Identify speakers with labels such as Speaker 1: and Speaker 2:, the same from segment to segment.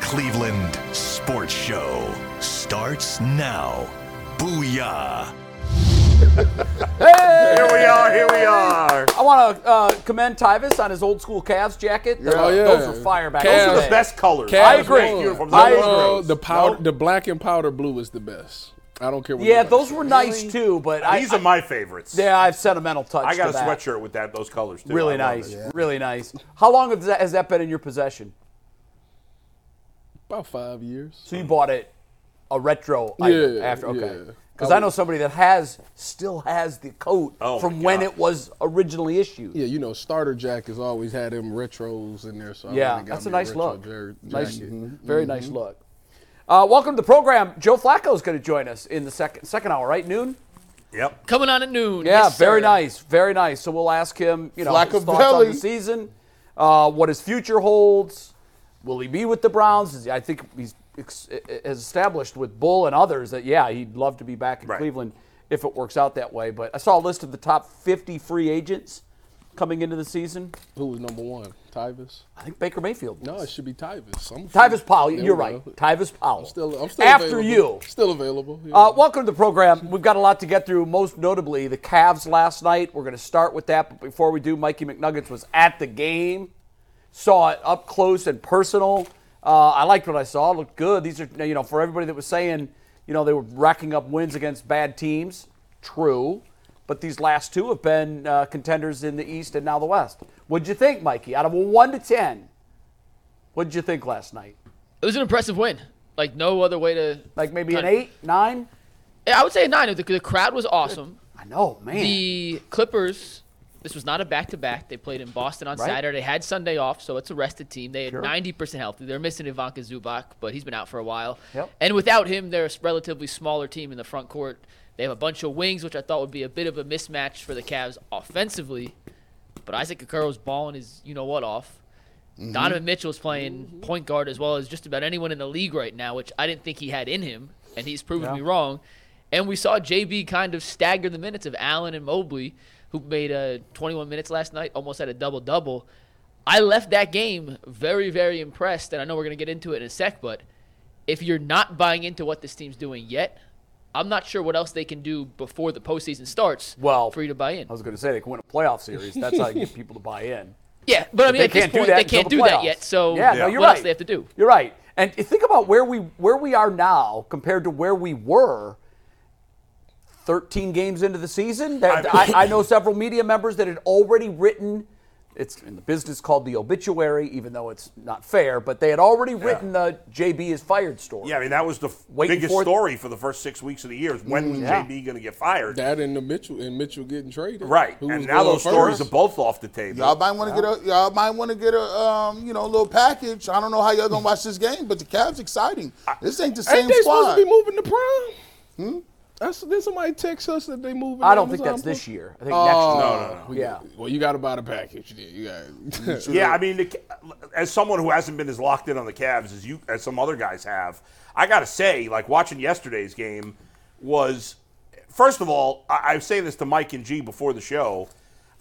Speaker 1: Cleveland sports show starts now. Booyah!
Speaker 2: Here we are. Here we are.
Speaker 3: I want to uh, commend Tyvis on his old school Cavs jacket. The-
Speaker 4: Oh, yeah.
Speaker 3: Those were fire back
Speaker 4: Cavs.
Speaker 3: in
Speaker 2: The
Speaker 3: day.
Speaker 2: best colors.
Speaker 4: Cavs
Speaker 3: I agree.
Speaker 4: won.
Speaker 2: Uniforms.
Speaker 3: I
Speaker 2: Those
Speaker 3: agree.
Speaker 2: were
Speaker 4: Uh, the powder,
Speaker 3: Nope.
Speaker 4: the black and powder blue is the best. I don't care what.
Speaker 3: Yeah,
Speaker 4: nobody
Speaker 3: those
Speaker 4: says.
Speaker 3: were nice too, but I,
Speaker 2: These are my favorites.
Speaker 3: I, yeah, I have sentimental touch.
Speaker 2: I got
Speaker 3: to
Speaker 2: a
Speaker 3: that.
Speaker 2: sweatshirt with that. Those colors too.
Speaker 3: Really
Speaker 2: I love
Speaker 3: nice,
Speaker 2: it.
Speaker 3: really nice. How long has that, has that been in your possession?
Speaker 4: about five years.
Speaker 3: So you bought it a retro
Speaker 4: Yeah,
Speaker 3: item after, okay?
Speaker 4: yeah.
Speaker 3: Because I know somebody that has still has the coat
Speaker 2: Oh,
Speaker 3: from
Speaker 2: my
Speaker 3: when
Speaker 2: God.
Speaker 3: it was originally issued.
Speaker 4: Yeah, you know, Starter Jack has always had them retros in there. So I
Speaker 3: Yeah,
Speaker 4: went and got
Speaker 3: that's a
Speaker 4: me
Speaker 3: nice
Speaker 4: retro
Speaker 3: look.
Speaker 4: jer-
Speaker 3: nice,
Speaker 4: jacket.
Speaker 3: very nice look. Uh, welcome to the program. Joe Flacco is going to join us in the second second hour, right? Noon.
Speaker 2: Yep.
Speaker 5: Coming on at noon.
Speaker 3: Yeah,
Speaker 5: Yes,
Speaker 3: very
Speaker 5: sir.
Speaker 3: nice, very nice. So we'll ask him, you know, his thoughts on
Speaker 4: Flacco-belli.
Speaker 3: the season, uh, what his future holds. Will he be with the Browns? Is- I think he's ex- e, has established with Bull and others that yeah, he'd love to be back in
Speaker 2: Right.
Speaker 3: Cleveland if it works out that way. But I saw a list of the top 50 free agents coming into the season.
Speaker 4: Who was number one? Tyvis.
Speaker 3: I think Baker Mayfield.
Speaker 4: No,
Speaker 3: was.
Speaker 4: it should be Tyvis. I'm
Speaker 3: Tyvis Powell,
Speaker 4: There
Speaker 3: you're
Speaker 4: we
Speaker 3: right.
Speaker 4: go.
Speaker 3: Tyvis Powell.
Speaker 4: Still, I'm still
Speaker 3: After
Speaker 4: available.
Speaker 3: you.
Speaker 4: Still available. yeah.
Speaker 3: Uh, welcome to the program. We've got a lot to get through, most notably the Cavs last night. We're going to start with that, but before we do, Mikey McNuggets was at the game, saw it up close and personal. Uh, I liked what I saw. It looked good. These are, you know, for everybody that was saying, you know, they were racking up wins against bad teams, true, but these last two have been uh, contenders in the East and now the West. What'd you think, Mikey? Out of a 1 to 10, what'd you think last night?
Speaker 5: It was an impressive win. Like no other way to.
Speaker 3: Like maybe an
Speaker 5: Kind-
Speaker 3: 8, 9?
Speaker 5: Yeah, I would say a nine. The, the crowd was awesome.
Speaker 3: I know, man.
Speaker 5: The Clippers. This was not a back-to-back. They played in Boston on
Speaker 3: Right.
Speaker 5: Saturday. They had Sunday off, so it's a rested team. They had 90% healthy. They're missing Ivanka Zubac, but he's been out for a while.
Speaker 3: Yep.
Speaker 5: And without him, they're a relatively smaller team in the front court. They have a bunch of wings, which I thought would be a bit of a mismatch for the Cavs offensively. But Isaac Okoro's balling his you know what off. Donovan Mitchell's playing point guard as well as just about anyone in the league right now, which I didn't think he had in him, and he's proven me wrong. And we saw JB kind of stagger the minutes of Allen and Mobley, who made uh, 21 minutes last night, almost had a double double. I left that game very, very impressed, and I know we're going to get into it in a sec, but if you're not buying into what this team's doing yet, I'm not sure what else they can do before the postseason starts
Speaker 3: Well,
Speaker 5: for you to buy in.
Speaker 3: I was going to say they can win a playoff series. That's how you get people to buy in.
Speaker 5: Yeah, but I mean,
Speaker 3: they
Speaker 5: at this
Speaker 3: can't do
Speaker 5: point,
Speaker 3: that
Speaker 5: they
Speaker 3: until
Speaker 5: can't
Speaker 3: the
Speaker 5: do that
Speaker 3: playoffs.
Speaker 5: yet. So
Speaker 3: Yeah, no, you're
Speaker 5: what else
Speaker 3: right.
Speaker 5: they have to do?
Speaker 3: You're right. And think about where we where we are now compared to where we were 13 games into the season. That, I, I know several media members that had already written. It's in the business called the obituary, even though it's not fair. But they had already written the JB is fired story.
Speaker 2: Yeah, I mean that was the f-
Speaker 3: Waiting
Speaker 2: biggest
Speaker 3: for-
Speaker 2: story for the first six weeks of the year. Is when was
Speaker 3: Mm, Yeah.
Speaker 2: JB going to get fired?
Speaker 4: that and the Mitchell and Mitchell getting traded.
Speaker 2: right.
Speaker 4: Who
Speaker 2: and
Speaker 4: was
Speaker 2: now
Speaker 4: going
Speaker 2: those stories are
Speaker 4: first?
Speaker 2: both off the table.
Speaker 6: Y'all might want to get a y'all might want to get a um, you know little package. I don't know how y'all
Speaker 4: Hmm.
Speaker 6: gonna watch this game, but the Cavs exciting. This ain't the same
Speaker 4: Ain't they
Speaker 6: squad.
Speaker 4: supposed to be moving to prime? Hmm? That's, did somebody text us that they moving?
Speaker 3: I don't think
Speaker 4: Amazon
Speaker 3: that's this
Speaker 4: Prime?
Speaker 3: year. I think
Speaker 4: Oh,
Speaker 3: next year.
Speaker 2: no, no, no.
Speaker 4: We-
Speaker 3: Yeah.
Speaker 4: Well, you got to buy the package. Then. You got.
Speaker 2: Yeah, I mean, the, as someone who hasn't been as locked in on the Cavs as you, as some other guys have, I gotta say, like watching yesterday's game was, first of all, I, I was saying this to Mike and G before the show.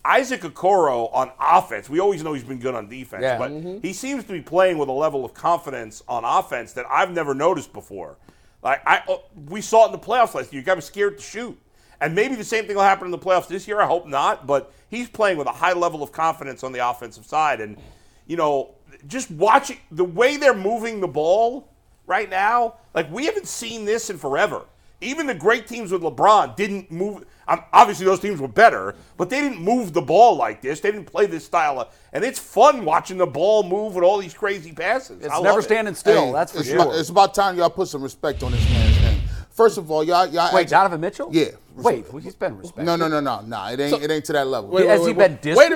Speaker 2: Isaac Okoro on offense, we always know he's been good on defense,
Speaker 3: Yeah.
Speaker 2: but he seems to be playing with a level of confidence on offense that I've never noticed before. Like I, uh, we saw it in the playoffs last year. You got him scared to shoot, and maybe the same thing will happen in the playoffs this year. I hope not, but he's playing with a high level of confidence on the offensive side, and you know, just watching the way they're moving the ball right now, like we haven't seen this in forever. Even the great teams with LeBron didn't move. Um, obviously, those teams were better, but they didn't move the ball like this. They didn't play this style, of, and it's fun watching the ball move with all these crazy passes. I
Speaker 3: It's
Speaker 2: love
Speaker 3: never
Speaker 2: it.
Speaker 3: standing still.
Speaker 6: Hey,
Speaker 3: that's for
Speaker 6: it's
Speaker 3: sure.
Speaker 6: About, it's about time y'all put some respect on this man's name. First of all, y'all, y'all.
Speaker 3: Wait,
Speaker 6: act-
Speaker 3: Donovan Mitchell?
Speaker 6: Yeah.
Speaker 3: Wait, well, he's been respected.
Speaker 6: No, no, no, no, no. It ain't. it ain't to that level.
Speaker 3: Has he been
Speaker 4: Wait a minute. Wait a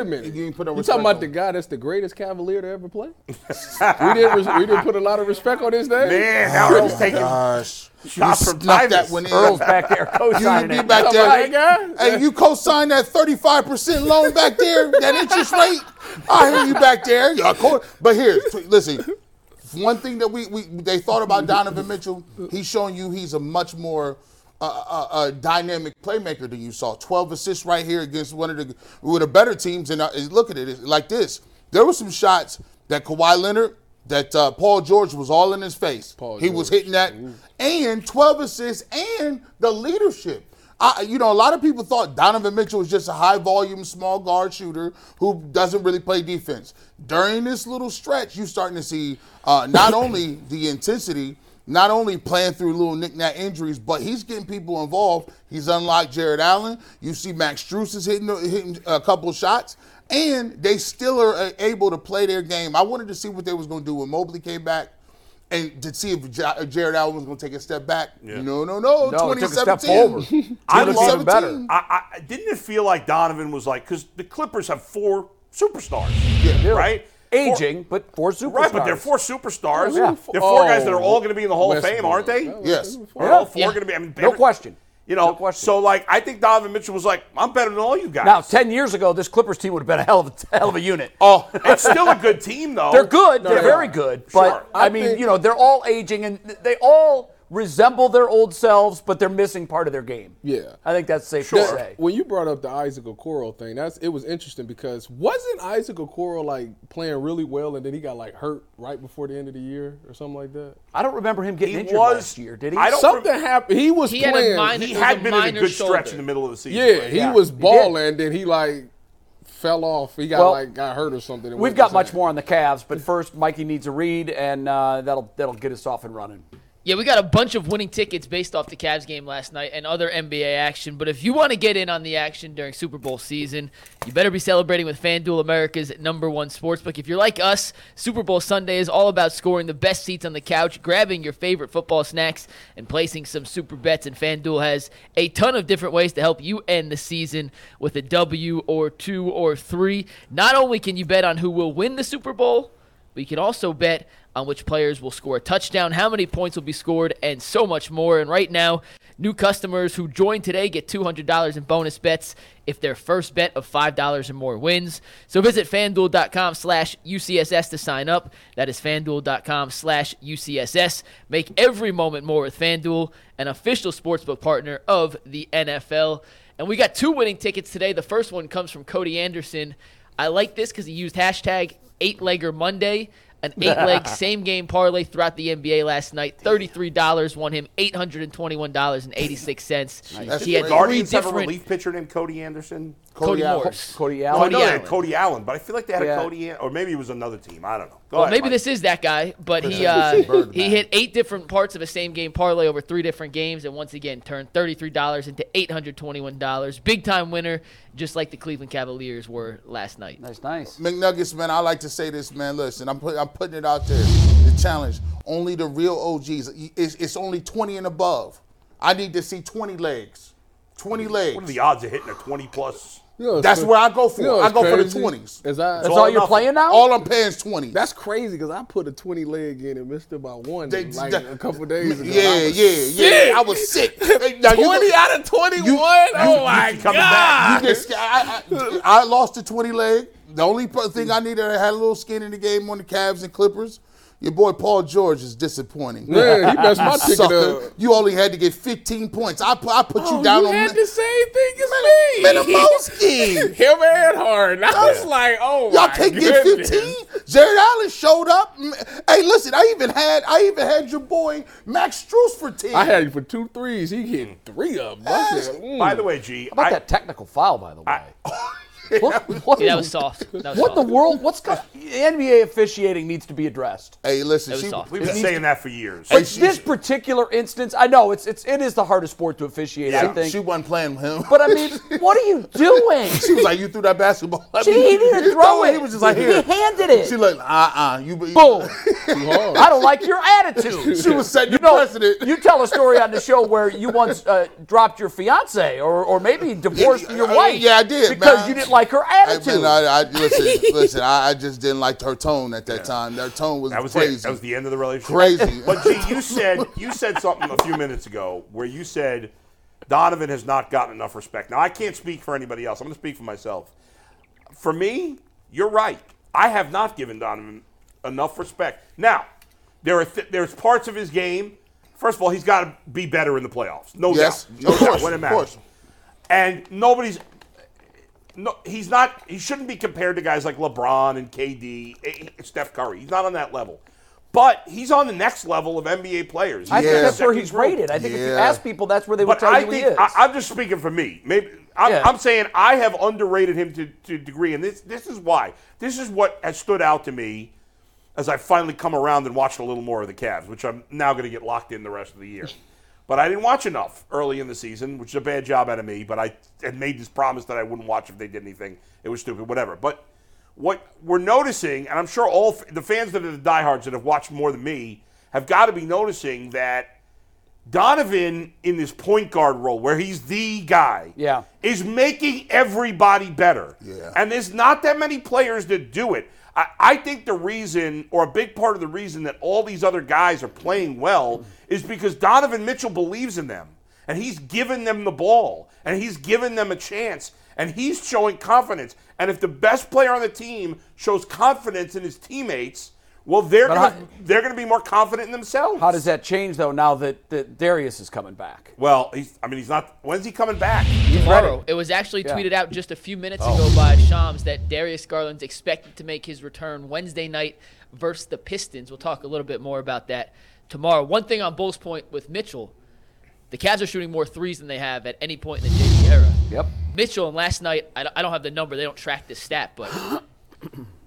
Speaker 3: disrespected?
Speaker 4: minute.
Speaker 6: You
Speaker 4: You,
Speaker 6: ain't put no
Speaker 4: talking
Speaker 6: respect
Speaker 4: about
Speaker 6: on
Speaker 4: the
Speaker 6: him.
Speaker 4: guy that's the greatest Cavalier to ever play? we didn't. Res- we didn't put a lot of respect on his name.
Speaker 2: Man, how
Speaker 4: Oh,
Speaker 2: are you taking
Speaker 6: Gosh,
Speaker 2: shots from
Speaker 6: snuck that
Speaker 2: Tyvus?
Speaker 6: one in.
Speaker 3: Oh Earl's back there
Speaker 6: You
Speaker 3: co-signing
Speaker 6: be
Speaker 3: it.
Speaker 6: back
Speaker 4: Come
Speaker 6: there.
Speaker 4: on, that guy.
Speaker 6: Hey, you co-signed that 35% loan back there, that interest rate. I hear you back there. Y'all co- But here, t- listen. One thing that we, we they thought about Donovan Mitchell, he's showing you he's a much more uh, uh, uh, dynamic playmaker than you saw. 12 assists right here against one of the with the better teams. And uh, is- look at it it's like this. There were some shots that Kawhi Leonard, that uh, Paul George was all in his face. he was hitting that, and 12 assists, and the leadership. I, you know, a lot of people thought Donovan Mitchell was just a high volume, small guard shooter who doesn't really play defense. During this little stretch, you're starting to see uh, not only the intensity, not only playing through little knick-knack injuries, but he's getting people involved. He's unlocked Jared Allen. You see Max Struess is hitting, hitting a couple shots, and they still are uh, able to play their game. I wanted to see what they was going to do when Mobley came back. And to see if Ja- Jared Allen was going to take a step back. No, no, no.
Speaker 3: No, he took a step
Speaker 6: 2017.
Speaker 3: forward.
Speaker 2: I
Speaker 3: Would've
Speaker 2: love-
Speaker 3: been better.
Speaker 2: I, I didn't it feel like Donovan was like because the Clippers have four superstars, right?
Speaker 3: Aging, but four superstars.
Speaker 2: Four, right? But they're four superstars.
Speaker 3: Yeah.
Speaker 2: They're four guys that are
Speaker 4: Oh,
Speaker 2: all going to be in the Hall of Fame,
Speaker 4: Westbrook.
Speaker 2: aren't they?
Speaker 4: Yeah.
Speaker 6: Yes.
Speaker 2: Are all four
Speaker 5: Yeah.
Speaker 2: going to be? I mean,
Speaker 3: No
Speaker 2: better-
Speaker 3: question.
Speaker 2: You know,
Speaker 3: No question.
Speaker 2: so like I think Donovan Mitchell was like, I'm better than all you guys.
Speaker 3: Now, ten years ago, this Clippers team would have been a hell of a hell of a unit.
Speaker 2: oh, it's still a good team though.
Speaker 3: They're good. they're
Speaker 4: they
Speaker 3: very
Speaker 4: are.
Speaker 3: good.
Speaker 2: Sure.
Speaker 3: But I,
Speaker 4: I
Speaker 3: mean,
Speaker 4: think-
Speaker 3: you know, they're all aging and th- they all resemble their old selves, but they're missing part of their game.
Speaker 4: Yeah.
Speaker 3: I think that's safe to
Speaker 4: That-
Speaker 3: say.
Speaker 4: When you brought up the Isaac Okoro thing, that's it was interesting because wasn't Isaac Okoro like playing really well and then he got like hurt right before the end of the year or something like that?
Speaker 3: I don't remember him getting
Speaker 2: He
Speaker 3: injured
Speaker 2: was-
Speaker 3: last year, did he?
Speaker 2: I don't-
Speaker 4: Something happened. He was
Speaker 5: He had a
Speaker 4: playing.
Speaker 5: minor-
Speaker 2: he
Speaker 5: It was
Speaker 2: had
Speaker 5: a
Speaker 2: been in a
Speaker 5: minor
Speaker 2: good stretch
Speaker 5: shoulder.
Speaker 2: in the middle of the season.
Speaker 4: yeah, he was
Speaker 3: did.
Speaker 4: balling, and then he like fell off. He got
Speaker 3: Well,
Speaker 4: like got hurt or something. and
Speaker 3: We've
Speaker 4: wasn't
Speaker 3: got much
Speaker 4: signed.
Speaker 3: more on the Cavs, but first, Mikey needs a read, and uh, that'll that'll get us off and running.
Speaker 5: Yeah, we got a bunch of winning tickets based off the Cavs game last night and other NBA action. But if you want to get in on the action during Super Bowl season, you better be celebrating with FanDuel America's number one sportsbook. If you're like us, Super Bowl Sunday is all about scoring the best seats on the couch, grabbing your favorite football snacks, and placing some super bets. And FanDuel has a ton of different ways to help you end the season with a W or two or three. Not only can you bet on who will win the Super Bowl, but you can also bet on which players will score a touchdown, how many points will be scored, and so much more. And right now, new customers who join today get $200 in bonus bets if their first bet of $5 or more wins. So visit fanduel.com slash UCSS to sign up. That is fanduel.com slash UCSS. Make every moment more with Fanduel, an official sportsbook partner of the NFL. And we got two winning tickets today. The first one comes from Cody Anderson. I like this because he used hashtag eight legger Monday, an eight leg same game parlay throughout the NBA last night. Thirty three dollars won him eight hundred and twenty one dollars and eighty six cents.
Speaker 6: That's
Speaker 5: He had three
Speaker 6: great.
Speaker 2: Guardians have a
Speaker 5: different
Speaker 2: relief pitcher named Cody Anderson.
Speaker 5: Cody
Speaker 6: Cody Allen.
Speaker 5: Morris.
Speaker 3: Cody
Speaker 2: Oh, I
Speaker 3: Allen.
Speaker 2: know they had
Speaker 5: Allen.
Speaker 2: Cody Allen, but I feel like they had
Speaker 3: Yeah.
Speaker 2: a Cody, An- or maybe it was another team. I don't know. Go
Speaker 5: Well,
Speaker 2: ahead,
Speaker 5: maybe
Speaker 2: Mike.
Speaker 5: this is that guy, but he
Speaker 6: Yeah.
Speaker 5: uh,
Speaker 6: He's a bird
Speaker 5: he
Speaker 6: man.
Speaker 5: hit eight different parts of a same game parlay over three different games, and once again turned thirty three dollars into eight hundred twenty one dollars. Big time winner, just like the Cleveland Cavaliers were last night.
Speaker 3: That's nice.
Speaker 6: McNuggets, man, I like to say this, man. Listen, I'm, put, I'm putting it out there. The challenge. Only the real OGs. It's, it's only 20 and above. I need to see 20 legs. 20
Speaker 2: What are
Speaker 6: legs.
Speaker 2: the odds of hitting a 20 plus?
Speaker 4: You know, it's
Speaker 6: That's
Speaker 4: cra-
Speaker 6: where I go for.
Speaker 4: you know,
Speaker 6: I
Speaker 4: it's
Speaker 6: go for the
Speaker 4: crazy?
Speaker 6: 20s.
Speaker 4: Is I,
Speaker 3: That's all,
Speaker 2: all
Speaker 3: you're
Speaker 2: nothing.
Speaker 3: playing now?
Speaker 6: All I'm paying is 20.
Speaker 4: that's crazy because I put a twenty leg in and missed it by one
Speaker 6: They-
Speaker 4: like
Speaker 6: that-
Speaker 4: a couple days ago.
Speaker 6: yeah,
Speaker 4: I
Speaker 6: yeah,
Speaker 4: was
Speaker 6: yeah. I was sick. Now, you
Speaker 4: Twenty
Speaker 6: look-
Speaker 4: out of twenty-one.
Speaker 6: you-
Speaker 4: oh
Speaker 6: you
Speaker 4: my
Speaker 2: coming
Speaker 4: god!
Speaker 2: back.
Speaker 6: You get sca- I, I, I lost the 20 leg. The only per- thing I needed that had a little skin in the game on the Cavs and Clippers. Your boy Paul George is disappointing.
Speaker 4: Man, he messed my
Speaker 6: You
Speaker 4: ticket
Speaker 6: sucker.
Speaker 4: up. Oh,
Speaker 6: You only had to get 15 points. I put, I put
Speaker 3: Oh,
Speaker 6: you down on
Speaker 4: the same thing as
Speaker 6: Minimowski.
Speaker 4: Him and Harden. I was like, oh
Speaker 6: Y'all
Speaker 4: my
Speaker 6: can't get
Speaker 4: goodness.
Speaker 6: 15. Jared Allen showed up. Mm, Hey, listen, I even had I even had your boy Max Struess for 10.
Speaker 4: I had him for two threes. He hit three of them. I said, mm.
Speaker 2: By the way, G,
Speaker 3: How about
Speaker 2: I-
Speaker 3: that technical foul, by the way? What, what-
Speaker 5: Yeah, that was soft. That was
Speaker 3: what the
Speaker 5: soft.
Speaker 3: world? What's go- NBA officiating needs to be addressed.
Speaker 6: Hey, listen,
Speaker 5: That was
Speaker 6: she,
Speaker 5: soft.
Speaker 2: We've been saying that for years.
Speaker 6: Hey, she-
Speaker 3: This particular instance, I know it's it's it is the hardest sport to officiate. I think,
Speaker 6: she wasn't playing with him.
Speaker 3: but I mean, what are you doing?
Speaker 6: she was like, "You threw that basketball." at
Speaker 3: She-
Speaker 6: me."
Speaker 3: he didn't
Speaker 6: He
Speaker 3: throw
Speaker 6: threw
Speaker 3: it.
Speaker 6: He was just like,
Speaker 3: He
Speaker 6: "Here."
Speaker 3: handed it.
Speaker 6: She looked, "Uh, uh, you." you-
Speaker 3: Boom.
Speaker 4: Too hard.
Speaker 3: I don't like your attitude.
Speaker 6: She was setting
Speaker 3: You
Speaker 6: the
Speaker 3: know,
Speaker 6: precedent.
Speaker 3: you tell a story on the show where you once uh, dropped your fiance or, or maybe divorced your
Speaker 6: Uh,
Speaker 3: wife.
Speaker 6: yeah, I did,
Speaker 3: Because
Speaker 6: man.
Speaker 3: you didn't like her
Speaker 6: Hey,
Speaker 3: attitude.
Speaker 6: man, I, I, listen, listen. I, I just didn't like her tone at that time. Their tone was,
Speaker 2: That was
Speaker 6: crazy.
Speaker 2: it. That was the end of the relationship.
Speaker 6: Crazy.
Speaker 2: But G, you said you said something a few minutes ago where you said Donovan has not gotten enough respect. Now I can't speak for anybody else. I'm going to speak for myself. For me, you're right. I have not given Donovan enough respect. Now, there are th- there's parts of his game. First of all, he's got to be better in the playoffs. No
Speaker 6: yes,
Speaker 2: doubt. No
Speaker 6: of course,
Speaker 2: doubt when it
Speaker 6: of
Speaker 2: matters
Speaker 6: course.
Speaker 2: and nobody's no he's not he shouldn't be compared to guys like LeBron and KD, eh, Steph Curry. He's not on that level. But he's on the next level of NBA players.
Speaker 3: I think
Speaker 6: Yeah.
Speaker 3: that's where
Speaker 2: Second
Speaker 3: he's
Speaker 2: group.
Speaker 3: rated. I think if you
Speaker 6: Yeah.
Speaker 3: ask people, that's where they would
Speaker 2: But
Speaker 3: tell
Speaker 2: I
Speaker 3: you he
Speaker 2: think
Speaker 3: is.
Speaker 2: I, I'm just speaking for me. Maybe I'm,
Speaker 3: Yeah.
Speaker 2: I'm saying I have underrated him to, to a degree, and this this is why. This is what has stood out to me as I finally come around and watched a little more of the Cavs, which I'm now going to get locked in the rest of the year. But I didn't watch enough early in the season, which is a bad job out of me. But I had made this promise that I wouldn't watch if they did anything. It was stupid, whatever. But what we're noticing, and I'm sure all f- the fans that are the diehards that have watched more than me have got to be noticing that Donovan in this point guard role, where he's the guy,
Speaker 3: Yeah.
Speaker 2: is making everybody better.
Speaker 6: Yeah.
Speaker 2: And there's not that many players that do it. I, I think the reason, or a big part of the reason that all these other guys are playing well is because Donovan Mitchell believes in them. And he's given them the ball. And he's given them a chance. And he's showing confidence. And if the best player on the team shows confidence in his teammates, well, they're
Speaker 3: But
Speaker 2: gonna,
Speaker 3: how-
Speaker 2: they're going to be more confident in themselves.
Speaker 3: How does that change though? Now that, that Darius is coming back,
Speaker 2: Well, he's, I mean, he's not. When's he coming back?
Speaker 5: Tomorrow. It was actually
Speaker 3: Yeah.
Speaker 5: tweeted out just a few minutes ago by Shams that Darius Garland's expected to make his return Wednesday night versus the Pistons. We'll talk a little bit more about that tomorrow. One thing on Bull's point with Mitchell, the Cavs are shooting more threes than they have at any point in the JV era.
Speaker 3: Yep.
Speaker 5: Mitchell and last night, I don't- I don't have the number. They don't track this stat, but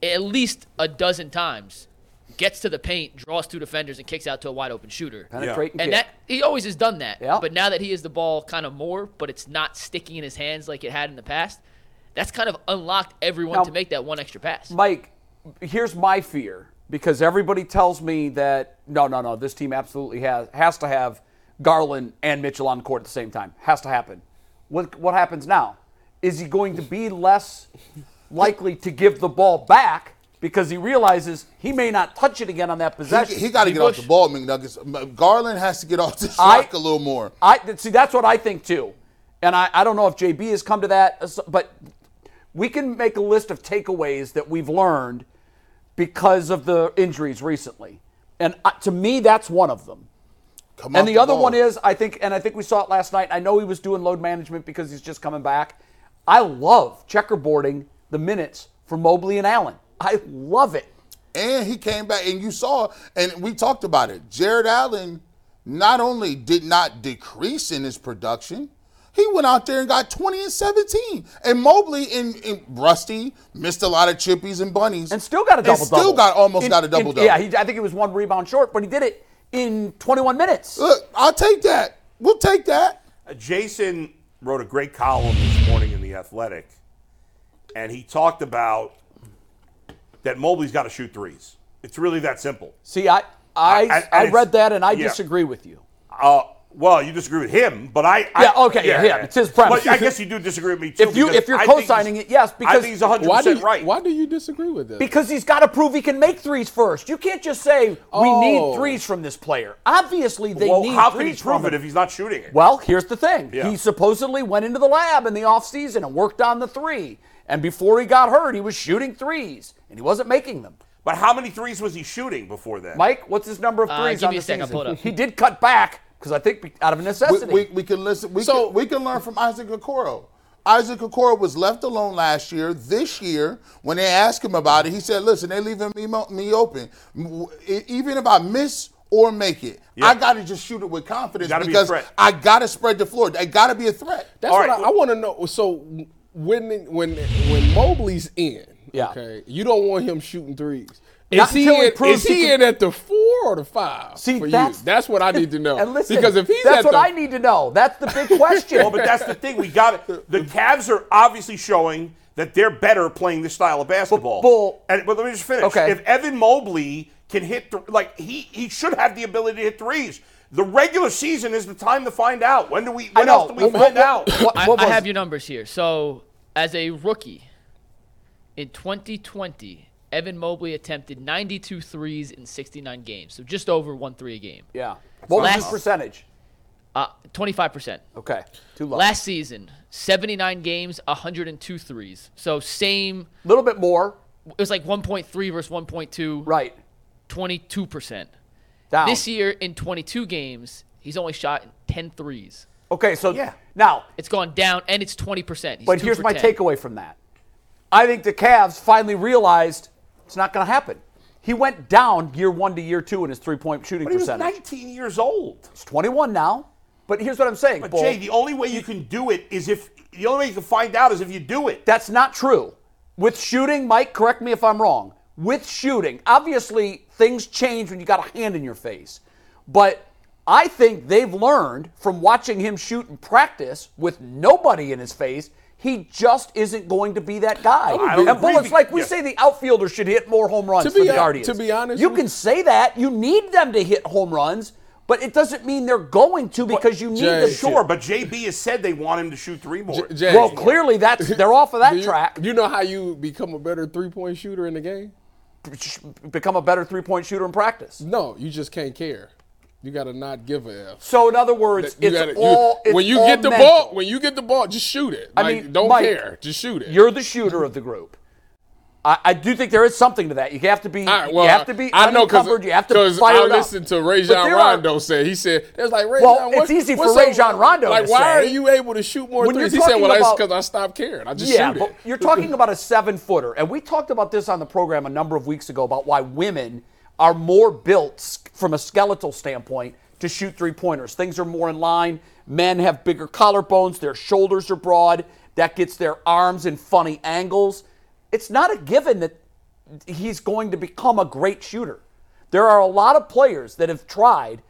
Speaker 5: at least a dozen times gets to the paint, draws two defenders, and kicks out to a wide open shooter.
Speaker 3: penetrate and,
Speaker 5: And
Speaker 3: kick.
Speaker 5: that he always has done that.
Speaker 3: Yeah.
Speaker 5: But now that he has the ball kind of more, but it's not sticking in his hands like it had in the past, that's kind of unlocked everyone
Speaker 3: Now-
Speaker 5: to make that one extra pass.
Speaker 3: Mike, here's my fear because everybody tells me that no, no, no, this team absolutely has has to have Garland and Mitchell on court at the same time. Has to happen. What what happens now? Is he going to be less likely to give the ball back because he realizes he may not touch it again on that possession?
Speaker 6: He, got to get off
Speaker 5: Bush.
Speaker 6: the ball, McNuggets. Garland has to get off the
Speaker 3: I-
Speaker 6: rock a little more.
Speaker 3: I th- see. That's what I think too, and I, I don't know if JB has come to that, as- but we can make a list of takeaways that we've learned because of the injuries recently, and uh, to me, that's one of them.
Speaker 6: Come
Speaker 3: And
Speaker 6: off
Speaker 3: the other
Speaker 6: ball.
Speaker 3: one is, I think, and I think we saw it last night. I know he was doing load management because he's just coming back. I love checkerboarding the minutes for Mobley and Allen. I love it.
Speaker 6: And he came back, and you saw, and we talked about it. Jared Allen not only did not decrease in his production, he went out there and got 20 and 17. And Mobley and, and Rusty missed a lot of chippies and bunnies.
Speaker 3: and still got a double double.
Speaker 6: Still got almost
Speaker 3: In-
Speaker 6: got a
Speaker 3: in-
Speaker 6: double double.
Speaker 3: Yeah, he, I think he was one rebound short, but he did it in 21 minutes.
Speaker 6: Look, I'll take that. We'll take that.
Speaker 2: Uh, Jason wrote a great column this morning in the Athletic, and he talked about that Mobley's got to shoot threes. It's really that simple.
Speaker 3: See, I I,
Speaker 2: and-
Speaker 3: I,
Speaker 2: and it's-
Speaker 3: read that and I
Speaker 2: yeah.
Speaker 3: disagree with you.
Speaker 2: Uh, well, you disagree with him, but I, I
Speaker 3: Yeah, okay, yeah, yeah, it's his premise.
Speaker 2: But I guess you do disagree with me too.
Speaker 3: If you-
Speaker 2: because
Speaker 3: if you're
Speaker 2: I think he's-
Speaker 3: co-signing it, yes,
Speaker 2: I
Speaker 3: because-
Speaker 2: think he's 100
Speaker 4: Why do
Speaker 2: percent
Speaker 4: you,
Speaker 2: right.
Speaker 4: Why do you disagree with that?
Speaker 3: Because he's got to prove he can make threes first. You can't just say we need
Speaker 4: Oh.
Speaker 3: threes from this player. Obviously, they
Speaker 2: well,
Speaker 3: need
Speaker 2: how can
Speaker 3: threes
Speaker 2: he prove
Speaker 3: from
Speaker 2: it
Speaker 3: him.
Speaker 2: if he's not shooting it?
Speaker 3: Well, here's the thing.
Speaker 2: Yeah.
Speaker 3: He supposedly went into the lab in the offseason and worked on the three. And before he got hurt, he was shooting threes and he wasn't making them.
Speaker 2: but how many threes was he shooting before that?
Speaker 3: Mike, what's his number of
Speaker 5: Uh,
Speaker 3: threes
Speaker 5: give
Speaker 3: on
Speaker 5: me
Speaker 3: the
Speaker 5: a second, I'll pull it
Speaker 3: season?
Speaker 5: up.
Speaker 3: He did cut back because I think be- out of
Speaker 6: We,
Speaker 3: necessity.
Speaker 6: we, we can listen. We,
Speaker 4: So-
Speaker 6: can, we can learn from Isaac Okoro. Isaac Okoro was left alone last year. This year, when they asked him about it, he said, "Listen, they're leaving me mo- me open. M- e- Even if I miss or make it,
Speaker 2: Yeah.
Speaker 6: I got to just shoot it with confidence
Speaker 2: Gotta be a
Speaker 6: because
Speaker 2: threat.
Speaker 6: I got to spread the floor. They got to be a threat."
Speaker 4: That's
Speaker 2: All
Speaker 4: what
Speaker 2: right.
Speaker 4: I, I want to know. So when when when Mobley's in,
Speaker 3: Yeah.
Speaker 4: okay, you don't want him shooting threes. Is
Speaker 3: Not
Speaker 4: he
Speaker 3: until he
Speaker 4: in,
Speaker 3: proves
Speaker 4: is
Speaker 3: he
Speaker 4: he
Speaker 3: can-
Speaker 4: in at the four or the five?
Speaker 3: See,
Speaker 4: for
Speaker 3: that's-
Speaker 4: you? that's what I need to know.
Speaker 3: And listen,
Speaker 4: because if he's
Speaker 3: that's
Speaker 4: at
Speaker 3: what
Speaker 4: the,
Speaker 3: I need to know. That's the big question.
Speaker 2: Well, but that's the thing. We got it. The Cavs are obviously showing that they're better playing this style of basketball.
Speaker 3: Bull-
Speaker 2: and, but let me just finish.
Speaker 3: Okay.
Speaker 2: If Evan Mobley can hit, th- like he he should have the ability to hit threes. The regular season is the time to find out. When do we? When else do we
Speaker 3: What-
Speaker 2: find
Speaker 3: what-
Speaker 2: out?
Speaker 3: what-
Speaker 5: I,
Speaker 3: what
Speaker 5: I
Speaker 3: was
Speaker 5: have
Speaker 3: it?
Speaker 5: your numbers here. So, as a rookie in 2020, Evan Mobley attempted 92 threes in 69 games, so just over one three a game.
Speaker 3: Yeah. What was his
Speaker 5: Last-
Speaker 3: percentage?
Speaker 5: Uh, 25%.
Speaker 3: Okay. Too low.
Speaker 5: Last season, 79 games, 102 threes. So, same.
Speaker 3: A little bit more.
Speaker 5: It was like 1.3 versus 1.2,
Speaker 3: Right.
Speaker 5: 22%.
Speaker 3: Down.
Speaker 5: This year, in 22 games, he's only shot 10 threes.
Speaker 3: Okay, so
Speaker 2: Yeah.
Speaker 3: now,
Speaker 5: It's gone down, and it's 20%. He's
Speaker 3: but
Speaker 5: two
Speaker 3: here's
Speaker 5: for
Speaker 3: my
Speaker 5: 10.
Speaker 3: takeaway from that. I think the Cavs finally realized it's not going to happen. He went down year one to year two in his three point shooting
Speaker 2: But he was
Speaker 3: percentage.
Speaker 2: 19 years old.
Speaker 3: He's 21 now. But here's what I'm saying,
Speaker 2: But
Speaker 3: Bull.
Speaker 2: Jay, the only way you can do it is if the only way you can find out is if you do it.
Speaker 3: That's not true. With shooting, Mike, correct me if I'm wrong. With shooting, obviously things change when you got a hand in your face. But I think they've learned from watching him shoot in practice with nobody in his face, he just isn't going to be that guy.
Speaker 2: I don't
Speaker 3: and
Speaker 2: agree.
Speaker 3: bullets like we
Speaker 2: Yeah.
Speaker 3: say the outfielder should hit more home runs
Speaker 4: To
Speaker 3: for
Speaker 4: be
Speaker 3: the
Speaker 4: hon-
Speaker 3: Guardians.
Speaker 4: to be honest
Speaker 3: you
Speaker 4: with-
Speaker 3: can say that. You need them to hit home runs, but it doesn't mean they're going to because you need
Speaker 4: Jay,
Speaker 3: the
Speaker 2: Sure, but JB has said they want him to shoot three more.
Speaker 4: Jay,
Speaker 3: Well, clearly that's they're off of
Speaker 4: do
Speaker 3: that
Speaker 4: you,
Speaker 3: track.
Speaker 4: You know how you become a better three point shooter in the game?
Speaker 3: sh- become a better three point shooter in practice.
Speaker 4: No, you just can't care. You got to not give a f.
Speaker 3: So in other words,
Speaker 4: You
Speaker 3: it's
Speaker 4: gotta- you-
Speaker 3: all it's
Speaker 4: when you
Speaker 3: all
Speaker 4: get the
Speaker 3: mental.
Speaker 4: ball, when you get the ball, just shoot it.
Speaker 3: I
Speaker 4: Like,
Speaker 3: mean,
Speaker 4: don't
Speaker 3: Mike,
Speaker 4: care. Just shoot it.
Speaker 3: You're the shooter of the group. I, I do think there is something to that. You have to be.
Speaker 4: All right, well,
Speaker 3: you have to be
Speaker 4: I know
Speaker 3: uncovered. You have to
Speaker 4: because
Speaker 3: fire
Speaker 4: I
Speaker 3: it up.
Speaker 4: listened to Ray
Speaker 3: But
Speaker 4: John
Speaker 3: there are-
Speaker 4: Rondo say he said it was like Ray
Speaker 3: Well,
Speaker 4: John,
Speaker 3: it's
Speaker 4: what's-
Speaker 3: easy for
Speaker 4: what's
Speaker 3: Ray
Speaker 4: up-
Speaker 3: John Rondo
Speaker 4: Like,
Speaker 3: to
Speaker 4: why are
Speaker 3: say-
Speaker 4: you able to shoot more
Speaker 3: When you're
Speaker 4: threes? He said,
Speaker 3: talking
Speaker 4: "Well, it's
Speaker 3: about-
Speaker 4: because I stopped caring. I just
Speaker 3: yeah,
Speaker 4: shoot
Speaker 3: but
Speaker 4: it."
Speaker 3: you're talking about a seven footer, and we talked about this on the program a number of weeks ago about why women are more built s- from a skeletal standpoint to shoot three pointers. Things are more in line. Men have bigger collarbones. Their shoulders are broad. That gets their arms in funny angles. It's not a given that he's going to become a great shooter. There are a lot of players that have tried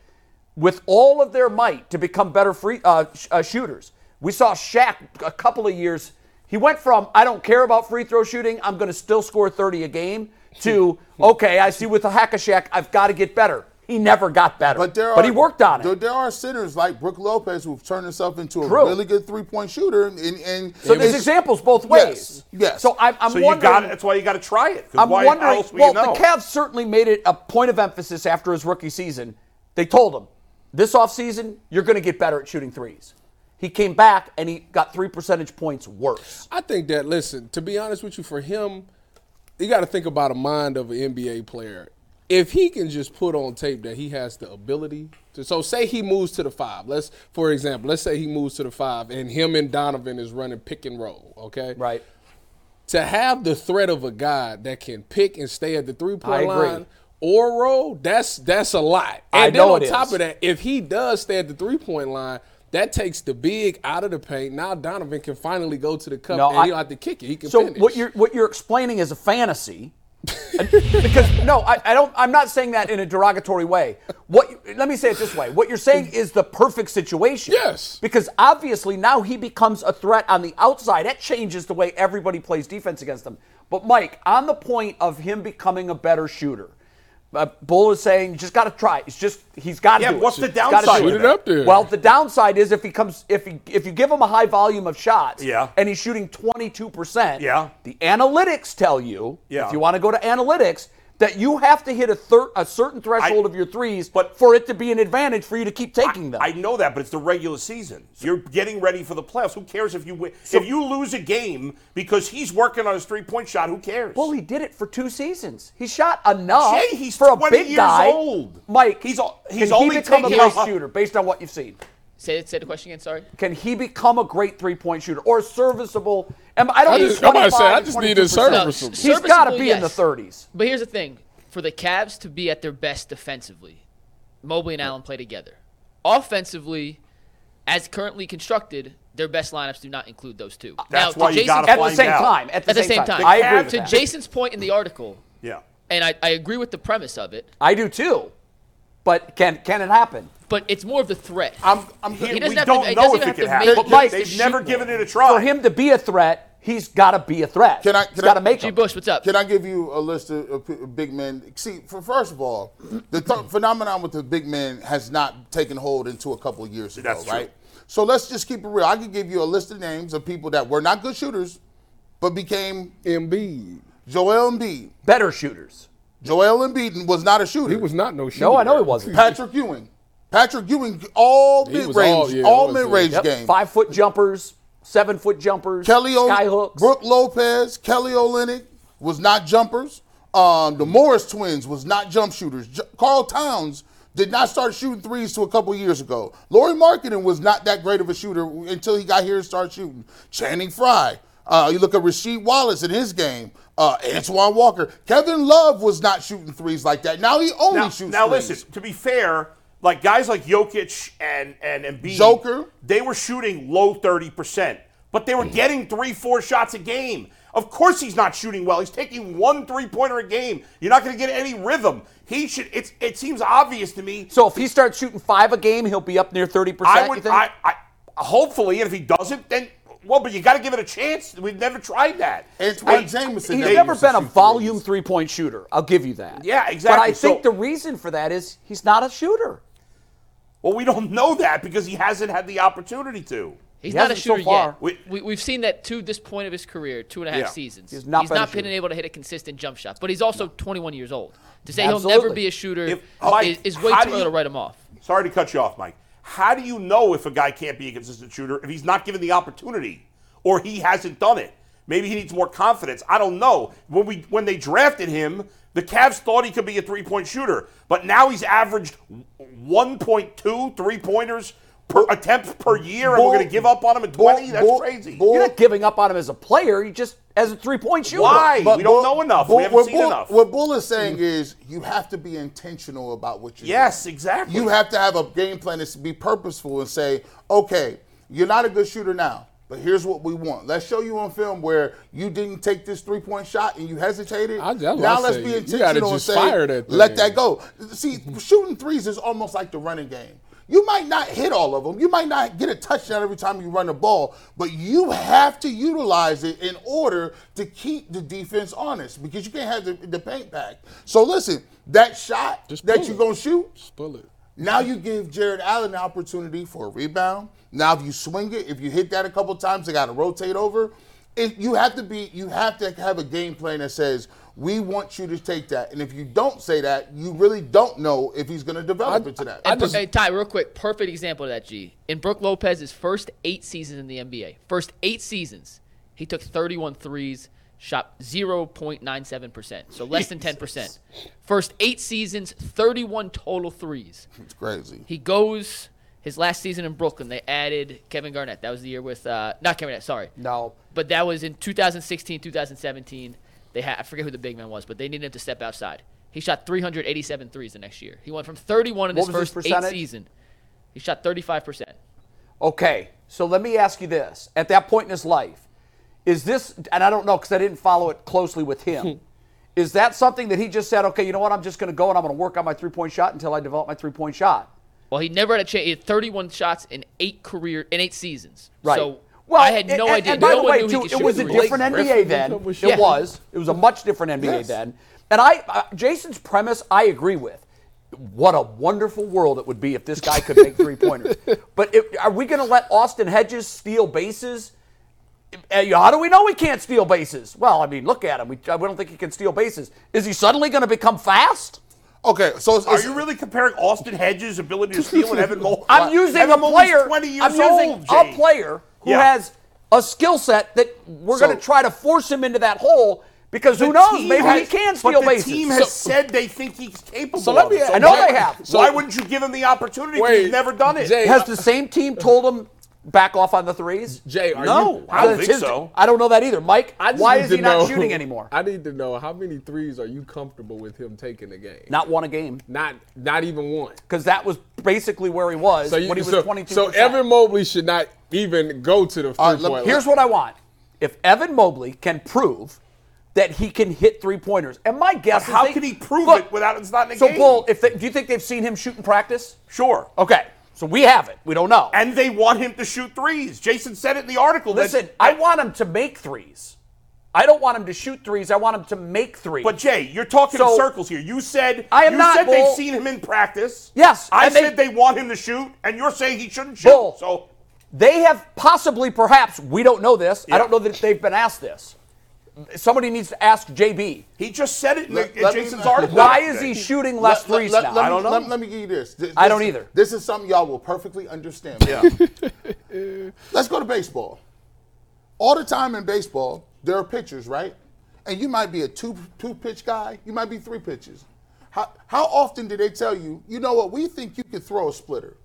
Speaker 3: with all of their might to become better free uh, sh- uh, shooters. We saw Shaq a couple of years. He went from I don't care about free throw shooting. I'm going to still score 30 a game to okay. I see with the hack a Shaq, I've got to get better. He never got better,
Speaker 6: But there are,
Speaker 3: he worked on it.
Speaker 6: There, there are sinners like Brooke Lopez who've turned himself into a
Speaker 3: True.
Speaker 6: really good three-point shooter, and, and
Speaker 3: so there's examples both ways.
Speaker 6: Yes, yes.
Speaker 3: So I'm, I'm
Speaker 2: So you
Speaker 3: wondering.
Speaker 2: got it. That's why you got to try it. 'cause
Speaker 3: I'm
Speaker 2: why
Speaker 3: wondering.
Speaker 2: else would
Speaker 3: Well,
Speaker 2: you know?
Speaker 3: the Cavs certainly made it a point of emphasis after his rookie season. They told him, this offseason, you're going to get better at shooting threes. He came back and he got three percentage points worse.
Speaker 4: I think that listen, to be honest with you, for him, you got to think about a mind of an NBA player. If he can just put on tape that he has the ability to, so say he moves to the five. Let's, for example, let's say he moves to the five, and him and Donovan is running pick and roll. Okay,
Speaker 3: Right.
Speaker 4: to have the threat of a guy that can pick and stay at the three
Speaker 3: I
Speaker 4: point
Speaker 3: agree.
Speaker 4: line or roll, that's that's a lot. And
Speaker 3: I
Speaker 4: then
Speaker 3: know
Speaker 4: on
Speaker 3: it
Speaker 4: top
Speaker 3: is.
Speaker 4: of that, if he does stay at the three point line, that takes the big out of the paint. Now Donovan can finally go to the cup
Speaker 3: No,
Speaker 4: and
Speaker 3: I-
Speaker 4: he'll have to kick it. He can
Speaker 3: So
Speaker 4: finish.
Speaker 3: what you're what you're explaining is a fantasy, And- because no, I, I don't. I'm not saying that in a derogatory way. What you- let me say it this way: what you're saying is the perfect situation.
Speaker 4: Yes.
Speaker 3: Because obviously now he becomes a threat on the outside. That changes the way everybody plays defense against him. But Mike, on the point of him becoming a better shooter, uh, Bull is saying you just got to try. It's just he's got to
Speaker 2: Yeah,
Speaker 3: do it.
Speaker 2: what's the
Speaker 3: He's gotta do
Speaker 2: downside
Speaker 4: Shoot
Speaker 2: with
Speaker 4: it up there.
Speaker 3: Well, the downside is if he comes if he, if you give him a high volume of shots
Speaker 2: Yeah.
Speaker 3: and he's shooting 22%.
Speaker 2: Yeah.
Speaker 3: The analytics tell you
Speaker 2: Yeah.
Speaker 3: if you want to go to analytics that you have to hit a thir- a certain threshold
Speaker 2: I-
Speaker 3: of your threes
Speaker 2: but-
Speaker 3: for it to be an advantage for you to keep taking them.
Speaker 2: I know that, but it's the regular season. You're getting ready for the playoffs. Who cares if you win? if you lose a game because he's working on his three point shot, who cares?
Speaker 3: well, he did it for two seasons. He shot enough
Speaker 2: Jay, he's
Speaker 3: for a
Speaker 2: 20
Speaker 3: big
Speaker 2: years
Speaker 3: guy.
Speaker 2: old.
Speaker 3: Mike,
Speaker 2: He's al- he's
Speaker 3: can
Speaker 2: only
Speaker 3: he become a
Speaker 2: taking
Speaker 3: great
Speaker 2: off-
Speaker 3: shooter based on what you've seen?
Speaker 5: Say, say the question again, sorry.
Speaker 3: Can he become a great three-point shooter or serviceable? And I don't.
Speaker 4: I
Speaker 3: need
Speaker 4: just- I'm about to say,
Speaker 3: 25,
Speaker 4: I just need a
Speaker 3: 22%.
Speaker 4: serviceable.
Speaker 5: No,
Speaker 3: He's got to
Speaker 5: serviceable,
Speaker 3: be in the
Speaker 5: yes.
Speaker 3: 30s.
Speaker 5: But here's the thing: for the Cavs to be at their best defensively, Mobley and Allen play together. Offensively, as currently constructed, their best lineups do not include those two.
Speaker 2: That's
Speaker 5: now,
Speaker 2: why
Speaker 5: to
Speaker 2: you gotta
Speaker 3: At the
Speaker 2: find
Speaker 3: same
Speaker 2: out.
Speaker 3: time. At the,
Speaker 5: At the same time.
Speaker 3: I agree
Speaker 2: Cavs-
Speaker 3: with
Speaker 5: to
Speaker 3: that.
Speaker 5: Jason's point in the article,
Speaker 2: Yeah.
Speaker 5: and I, I agree with the premise of it,
Speaker 3: I do too. But can can it happen?
Speaker 5: but it's more of the threat.
Speaker 6: I'm, I'm
Speaker 5: He
Speaker 2: We
Speaker 5: doesn't have to-
Speaker 2: don't
Speaker 5: he
Speaker 2: know
Speaker 5: doesn't
Speaker 2: if
Speaker 5: even
Speaker 2: it can
Speaker 5: have to
Speaker 2: happen.
Speaker 5: make
Speaker 3: But Mike,
Speaker 5: it. Just
Speaker 2: They've
Speaker 5: to
Speaker 2: never
Speaker 5: shoot
Speaker 2: given
Speaker 5: more.
Speaker 2: it a try.
Speaker 3: For him to be a threat, he's got to be a threat.
Speaker 6: Can I-
Speaker 3: he's
Speaker 6: can
Speaker 3: got to
Speaker 6: I-
Speaker 3: make
Speaker 5: G.
Speaker 3: him.
Speaker 5: Bush, what's up?
Speaker 6: Can I give you a list of, of p- big men? See, for first of all, the th- phenomenon with the big men has not taken hold into a couple of years ago,
Speaker 2: That's true.
Speaker 6: right? So let's just keep it real. I can give you a list of names of people that were not good shooters, but became
Speaker 4: Embiid.
Speaker 6: Joel Embiid.
Speaker 3: Better shooters.
Speaker 6: Joel Embiid was not a shooter.
Speaker 4: He was not no shooter.
Speaker 3: No, I know he wasn't.
Speaker 6: Patrick Ewing. Patrick Ewing, all
Speaker 4: He was
Speaker 6: mid
Speaker 4: all-
Speaker 6: range,
Speaker 4: yeah,
Speaker 6: all,
Speaker 4: it was,
Speaker 6: mid range
Speaker 4: yeah.
Speaker 6: game.
Speaker 3: Five foot jumpers, seven foot jumpers,
Speaker 6: Kelly o-
Speaker 3: skyhooks.
Speaker 6: Brooke Lopez, Kelly Olynyk was not jumpers. Um, the Morris twins was not jump shooters. J- Carl Towns did not start shooting threes to a couple years ago. Laurie Marketing was not that great of a shooter until he got here and started shooting. Channing Frye. Uh, you look at Rasheed Wallace in his game. Uh, Antoine Walker. Kevin Love was not shooting threes like that. Now he only
Speaker 2: Now,
Speaker 6: shoots
Speaker 2: now
Speaker 6: threes.
Speaker 2: listen, to be fair, like guys like Jokic and and Embiid,
Speaker 6: Joker.
Speaker 2: they were shooting low 30%, but they were getting 3-4 shots a game. Of course he's not shooting well. He's taking one three-pointer a game. You're not going to get any rhythm. He should it's it seems obvious to me.
Speaker 3: So if he starts shooting five a game, he'll be up near thirty percent.
Speaker 2: I would I, I hopefully and if he doesn't then well, but you got to give it a chance. We've never tried that.
Speaker 6: Antoine
Speaker 2: I-
Speaker 6: Jameson.
Speaker 3: He's
Speaker 6: never
Speaker 3: never
Speaker 6: used to
Speaker 3: been a
Speaker 6: shoot
Speaker 3: volume
Speaker 6: threes.
Speaker 3: three point shooter. I'll give you that.
Speaker 2: Yeah, exactly.
Speaker 3: But I think
Speaker 2: So-
Speaker 3: the reason for that is he's not a shooter.
Speaker 2: Well, we don't know that because he hasn't had the opportunity to.
Speaker 5: He's
Speaker 3: He
Speaker 5: not a
Speaker 3: hasn't so
Speaker 5: shooter
Speaker 3: far.
Speaker 5: yet.
Speaker 2: We-
Speaker 5: We, we, have seen that to this point of his career, two and a half
Speaker 2: Yeah.
Speaker 5: seasons.
Speaker 3: He's not been a
Speaker 5: been
Speaker 3: shooter.
Speaker 5: able to hit a consistent jump shot, but he's also 21 years old. To say he'll never
Speaker 3: Absolutely.
Speaker 5: be a shooter
Speaker 2: If- Mike,
Speaker 5: is, is way
Speaker 2: how
Speaker 5: too
Speaker 2: do
Speaker 5: early to
Speaker 2: you-
Speaker 5: write him off.
Speaker 2: Sorry to cut you off, Mike. How do you know if a guy can't be a consistent shooter if he's not given the opportunity or he hasn't done it? Maybe he needs more confidence. I don't know. When we when they drafted him, the Cavs thought he could be a three-point shooter, but now he's averaged 1.2 three-pointers per attempt per year and we're
Speaker 6: Bull-
Speaker 2: going to give up on him at 20? That's
Speaker 6: Bull-
Speaker 2: crazy.
Speaker 6: Bull-
Speaker 3: You're not giving up on him as a player. You just as a three point shooter.
Speaker 2: Why? we don't
Speaker 6: Bull-
Speaker 2: know enough.
Speaker 6: Bull-
Speaker 2: we haven't
Speaker 6: what
Speaker 2: seen
Speaker 6: Bull-
Speaker 2: enough.
Speaker 6: What Bull is saying is you have to be intentional about what you
Speaker 2: Yes, exactly.
Speaker 6: You have to have a game plan that's be purposeful and say, okay, you're not a good shooter now, but here's what we want. Let's show you on film where you didn't take this three point shot and you hesitated.
Speaker 4: I- that's what
Speaker 6: now
Speaker 4: I
Speaker 6: let's
Speaker 4: say.
Speaker 6: be
Speaker 4: You gotta
Speaker 6: intentional and
Speaker 4: just
Speaker 6: say,
Speaker 4: fire that
Speaker 6: let
Speaker 4: thing."
Speaker 6: that go. See, shooting threes is almost like the running game. You might not hit all of them. You might not get a touchdown every time you run the ball, but you have to utilize it in order to keep the defense honest because you can't have the, the paint back. So listen, that shot
Speaker 4: Just pull
Speaker 6: that you're
Speaker 4: it.
Speaker 6: gonna shoot,
Speaker 4: Spill it.
Speaker 6: now you give Jared Allen an opportunity for a rebound. Now if you swing it, if you hit that a couple times, they got to rotate over. It, you have to be, you have to have a game plan that says we want you to take that, and if you don't say that, you really don't know if he's going to develop
Speaker 4: I-
Speaker 6: into that.
Speaker 4: I
Speaker 5: Per-
Speaker 4: just-
Speaker 5: hey, Ty, real quick, perfect example of that, G. In Brooke Lopez's first eight seasons in the NBA, first eight seasons, he took 31 threes, shot 0.97%, so less than 10%. First eight seasons, 31 total threes.
Speaker 6: it's crazy.
Speaker 5: He goes his last season in Brooklyn. They added Kevin Garnett. That was the year with uh, not Kevin Garnett. Sorry.
Speaker 3: No.
Speaker 5: But that was in 2016, 2017. They had I forget who the big man was, but they needed him to step outside. He shot 387 threes the next year. He went from 31 in
Speaker 3: What
Speaker 5: his
Speaker 3: was his
Speaker 5: first eight
Speaker 3: percentage?
Speaker 5: season. He shot 35 percent.
Speaker 3: Okay, so let me ask you this. At that point in his life, is this, and I don't know because I didn't follow it closely with
Speaker 2: Hmm.
Speaker 3: him, is that something that he just said, okay, you know what, I'm just going to go and I'm going to work on my three point shot until I develop my three point shot?
Speaker 5: Well, he never had a chance. He had 31 shots in eight career in eight seasons.
Speaker 3: Right.
Speaker 5: So I had no
Speaker 3: and-
Speaker 5: idea.
Speaker 3: And by
Speaker 5: no
Speaker 3: the
Speaker 5: one
Speaker 3: way,
Speaker 5: knew
Speaker 3: too,
Speaker 5: he could
Speaker 3: it
Speaker 5: shoot
Speaker 3: was a
Speaker 5: threes.
Speaker 3: different NBA
Speaker 4: Blake Griffin
Speaker 3: then.
Speaker 4: was
Speaker 3: It
Speaker 4: shooting.
Speaker 3: was. It was a much different NBA then. And I, uh, Jason's premise, I agree with. What a wonderful world it would be if this guy could make three pointers. But if, are we going to let Austin Hedges steal bases? Uh, you- How do we know he can't steal bases? Well, I mean, look at him. We, I don't think he can steal bases. Is he suddenly going to become fast?
Speaker 6: Okay, so it's,
Speaker 2: Are
Speaker 6: it's-
Speaker 2: you really comparing Austin Hedges' ability to steal and Evan Mobley?
Speaker 3: I'm using
Speaker 2: Evan
Speaker 3: a player.
Speaker 2: Mobley's 20 years
Speaker 3: I'm using
Speaker 2: old,
Speaker 3: a
Speaker 2: Jay.
Speaker 3: player who
Speaker 2: Yeah.
Speaker 3: has a skill set that we're
Speaker 6: So-
Speaker 3: going to try to force him into that hole because who
Speaker 2: The
Speaker 3: knows?
Speaker 2: team
Speaker 3: Maybe
Speaker 2: has-
Speaker 3: he can
Speaker 2: but
Speaker 3: steal
Speaker 2: the
Speaker 3: bases.
Speaker 2: team has said they think he's capable.
Speaker 4: So let
Speaker 2: of
Speaker 4: me-
Speaker 2: it.
Speaker 4: I know
Speaker 2: why-
Speaker 3: they have.
Speaker 2: why
Speaker 4: So-
Speaker 2: wouldn't you give him the opportunity? if
Speaker 4: Wait,
Speaker 2: he's never done it.
Speaker 4: Jay,
Speaker 3: has the same team told him back off on the threes?
Speaker 4: Jay, are
Speaker 2: No,
Speaker 4: you?
Speaker 2: I don't
Speaker 3: It's
Speaker 2: think
Speaker 3: his-
Speaker 2: so.
Speaker 3: I don't know that either. Mike,
Speaker 4: I just
Speaker 3: why
Speaker 4: need
Speaker 3: is
Speaker 4: to
Speaker 3: he not
Speaker 4: know-
Speaker 3: shooting anymore?
Speaker 4: I need to know how many threes are you comfortable with him taking a game?
Speaker 3: Not one a game
Speaker 4: Not, not even one.
Speaker 3: because that was basically where he was
Speaker 4: So you,
Speaker 3: when he was
Speaker 4: so,
Speaker 3: 22.
Speaker 4: so Evan Mobley should not even go to the three
Speaker 6: All right,
Speaker 4: point
Speaker 6: let-
Speaker 4: line.
Speaker 3: Here's what I want. If Evan Mobley can prove that he can hit three pointers, and my guess is
Speaker 2: How
Speaker 3: they-
Speaker 2: can he prove
Speaker 3: Look,
Speaker 2: it without it's not in a
Speaker 3: So,
Speaker 2: game?
Speaker 3: Bull, if they, do you think they've seen him shoot in practice?
Speaker 2: sure.
Speaker 3: Okay, so we haven't. We don't know.
Speaker 2: And they want him to shoot threes. Jason said it in the article. that-
Speaker 3: Listen, I want him to make threes. I don't want him to shoot threes. I want him to make threes.
Speaker 2: But Jay, you're talking
Speaker 3: So-
Speaker 2: in circles here. You said
Speaker 3: I am
Speaker 2: you
Speaker 3: not,
Speaker 2: said
Speaker 3: Bull.
Speaker 2: they've seen him in practice.
Speaker 3: Yes,
Speaker 2: I
Speaker 3: and they-
Speaker 2: said they, want him to shoot, and you're saying he shouldn't shoot.
Speaker 3: Bull.
Speaker 2: So
Speaker 3: they have possibly, perhaps, we don't know this. I
Speaker 2: Yeah.
Speaker 3: don't know that they've been asked this. Somebody needs to ask JB.
Speaker 2: he just said it in,
Speaker 6: Let-
Speaker 2: the, in
Speaker 6: let me-
Speaker 2: Jason's article.
Speaker 3: Why is
Speaker 2: today.
Speaker 3: he shooting less
Speaker 6: Let- let-
Speaker 3: threes
Speaker 6: let-
Speaker 3: now?
Speaker 6: let
Speaker 3: I
Speaker 6: me-
Speaker 3: don't know.
Speaker 6: Let, let me give you this. Th-
Speaker 3: I don't
Speaker 6: this-
Speaker 3: either.
Speaker 6: This is something y'all will perfectly understand. Let's go to baseball. All the time in baseball, there are pitchers, right? And you might be a two two pitch guy. You might be three pitches. How how often do they tell you? You know what? We think you could throw a splitter.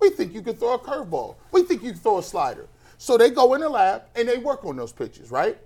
Speaker 6: We think you could throw a curveball. We think you could throw a slider. So they go in the lab and they work on those pitches, right?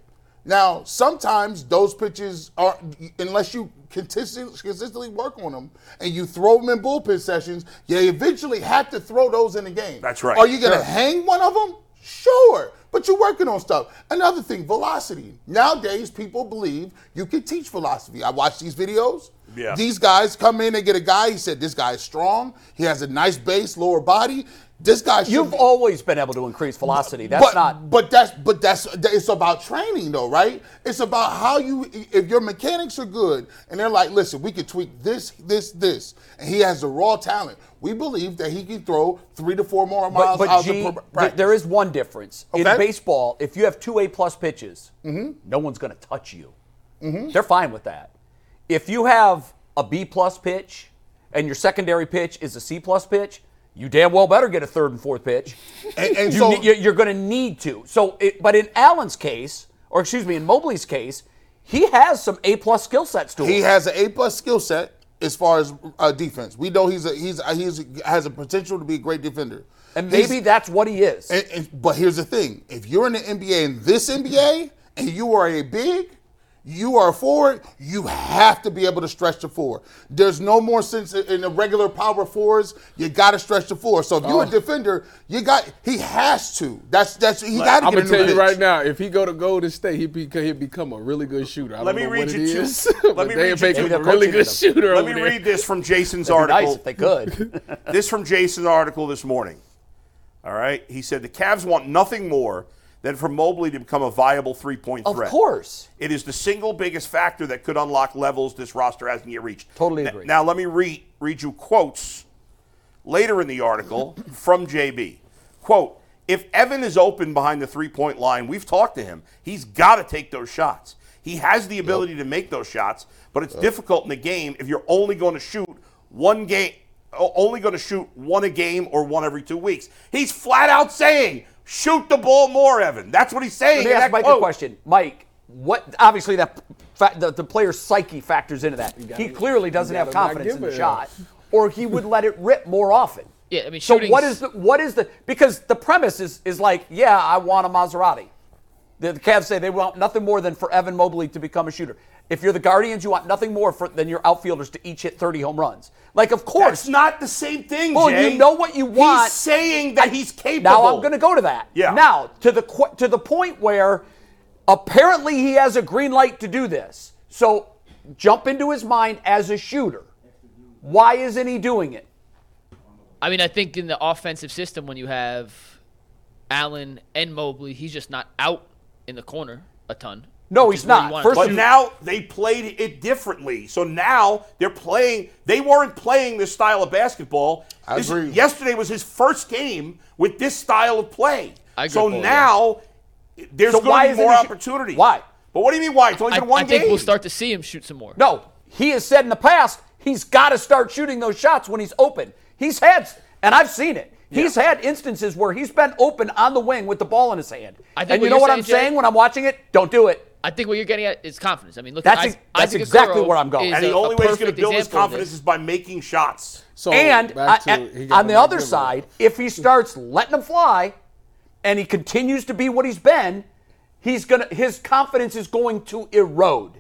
Speaker 6: Now sometimes those pitches are unless you consistently consistently work on them and you throw them in bullpen sessions, you eventually have to throw those in the game.
Speaker 2: That's right.
Speaker 6: Are you gonna hang one of them? Sure, but you're working on stuff. Another thing, velocity. Nowadays, people believe you can teach velocity. I watch these videos.
Speaker 2: Yeah.
Speaker 6: These guys come in and get a guy. He said, This guy is strong. He has a nice base, lower body. This guy should
Speaker 3: You've
Speaker 6: be-
Speaker 3: always been able to increase velocity. That's
Speaker 6: but,
Speaker 3: not.
Speaker 6: But that's but that's it's about training though, right? It's about how you if your mechanics are good and they're like, listen, we could tweak this, this, this, and he has the raw talent. We believe that he can throw three to four more
Speaker 3: But,
Speaker 6: miles
Speaker 3: but
Speaker 6: out
Speaker 3: G,
Speaker 6: of the
Speaker 3: th-
Speaker 6: pr- practice.
Speaker 3: there is one difference. In
Speaker 6: Okay. Mm-hmm.
Speaker 3: baseball, if you have two A plus pitches, no one's going to touch you. They're fine with that. If you have a B plus pitch and your secondary pitch is a C plus pitch, you damn well better get a third and fourth pitch.
Speaker 6: and, and
Speaker 3: you,
Speaker 6: so
Speaker 3: ne- you- you're going to need to. So, it, but in Allen's case, or excuse me, in Mobley's case, he has some A plus skill sets to him.
Speaker 6: He has an A plus skill set as far as uh, defense. We know he's a, he's a, he's has a potential to be a great defender.
Speaker 3: and maybe
Speaker 6: He's-
Speaker 3: that's what he is.
Speaker 6: And, and- but here's the thing: if you're in the NBA in this NBA and you are a big, you are a forward, you have to be able to stretch the four. There's no more sense in in the regular power fours. You got to stretch the four. So if
Speaker 4: Oh.
Speaker 6: you're a defender, you got he has to. That's that's he got to
Speaker 4: I'm
Speaker 6: get
Speaker 4: gonna
Speaker 6: a new
Speaker 4: tell you
Speaker 6: pitch.
Speaker 4: right now, if if he go to Golden State, he be, he'll become a really good shooter. I
Speaker 2: Let
Speaker 4: don't
Speaker 2: me
Speaker 4: know
Speaker 2: read
Speaker 4: what
Speaker 2: you
Speaker 4: it
Speaker 2: two-
Speaker 4: is,
Speaker 2: let
Speaker 4: but
Speaker 2: me
Speaker 4: they
Speaker 2: read
Speaker 4: ain't
Speaker 2: you
Speaker 4: making
Speaker 3: two-
Speaker 4: a really good
Speaker 3: They're coaching
Speaker 4: shooter
Speaker 2: Let
Speaker 4: over
Speaker 2: me
Speaker 4: there.
Speaker 2: read this from
Speaker 3: It'd
Speaker 2: Jason's
Speaker 3: be
Speaker 2: article.
Speaker 3: nice if they could.
Speaker 2: This from Jason's article this morning. All right. He said the Cavs want nothing more than for Mobley to become a viable three point
Speaker 3: of
Speaker 2: threat.
Speaker 3: course.
Speaker 2: It is the single biggest factor that could unlock levels this roster hasn't yet reached.
Speaker 3: Totally
Speaker 2: N-
Speaker 3: agree.
Speaker 2: Now, let me read, read you quotes later in the article from JB. Quote If Evan is open behind the three point line, we've talked to him. He's got to take those shots. He has the ability to make those shots, but it's difficult in the game if you're only going to shoot one game, o- only going to shoot one a game or one every two weeks. He's flat out saying, shoot the ball more, Evan. That's what he's
Speaker 3: Let
Speaker 2: saying.
Speaker 3: me
Speaker 2: in
Speaker 3: ask
Speaker 2: that
Speaker 3: Mike a
Speaker 2: quote.
Speaker 3: question. Mike, what? Obviously, that fa- the, the player's psyche factors into that. He clearly doesn't have
Speaker 4: gotta not
Speaker 3: confidence in
Speaker 4: give
Speaker 3: the
Speaker 4: a-
Speaker 3: shot, or he would let it rip more often.
Speaker 5: Yeah, I mean,
Speaker 3: so what
Speaker 5: shooting's-
Speaker 3: is the what is the because the premise is is like, yeah, I want a Maserati. The, the Cavs say they want nothing more than for Evan Mobley to become a shooter. If you're the Guardians, you want nothing more for, than your outfielders to each hit 30 home runs. Like, of course,
Speaker 2: That's not the same thing,
Speaker 3: Well,
Speaker 2: Jay.
Speaker 3: you know what you want.
Speaker 2: He's saying that he's capable.
Speaker 3: Now I'm going to go to that.
Speaker 2: Yeah.
Speaker 3: Now to the qu- to the point where apparently he has a green light to do this. So jump into his mind as a shooter. Why isn't he doing it?
Speaker 5: I mean, I think in the offensive system, when you have Allen and Mobley, he's just not out in the corner a ton.
Speaker 3: No,
Speaker 5: which
Speaker 3: he's
Speaker 5: is where you
Speaker 3: not.
Speaker 5: want him
Speaker 3: First
Speaker 5: to
Speaker 2: But
Speaker 5: be.
Speaker 3: you-
Speaker 2: now they played it differently. So now they're playing. They weren't playing this style of basketball.
Speaker 6: I
Speaker 2: This-
Speaker 6: agree.
Speaker 2: Yesterday was his first game with this style of play.
Speaker 5: I agree
Speaker 2: so
Speaker 5: with you.
Speaker 2: now there's
Speaker 3: So why
Speaker 2: going to be
Speaker 3: isn't
Speaker 2: more
Speaker 3: he sh-
Speaker 2: opportunity.
Speaker 3: Why?
Speaker 2: But what do you mean why? It's only
Speaker 5: I,
Speaker 2: been one
Speaker 5: I think
Speaker 2: game.
Speaker 5: we'll start to see him shoot some more.
Speaker 3: No, he has said in the past he's got to start shooting those shots when he's open. He's had, and I've seen it. He's had instances where he's been open on the wing with the ball in his hand.
Speaker 5: I think
Speaker 3: and
Speaker 5: what
Speaker 3: you know
Speaker 5: you're
Speaker 3: what
Speaker 5: saying,
Speaker 3: I'm
Speaker 5: Jay-
Speaker 3: saying when I'm watching it? Don't do it.
Speaker 5: I think what you're getting at is confidence. I mean, look
Speaker 3: That's
Speaker 5: at
Speaker 3: ex-
Speaker 5: Isaac,
Speaker 3: that's
Speaker 5: Isaac
Speaker 3: exactly
Speaker 5: Okoro
Speaker 3: where I'm going.
Speaker 5: is
Speaker 2: and the
Speaker 5: a- a
Speaker 2: only way he's going to
Speaker 5: perfect
Speaker 2: build his
Speaker 5: example of
Speaker 2: confidence
Speaker 5: this.
Speaker 2: is by making shots.
Speaker 4: So,
Speaker 3: and
Speaker 4: back
Speaker 3: I-
Speaker 4: to- he
Speaker 3: I-
Speaker 4: got
Speaker 3: on the
Speaker 4: not
Speaker 3: other
Speaker 4: given.
Speaker 3: side, if he starts letting them fly, and he continues to be what he's been, he's gonna his confidence is going to erode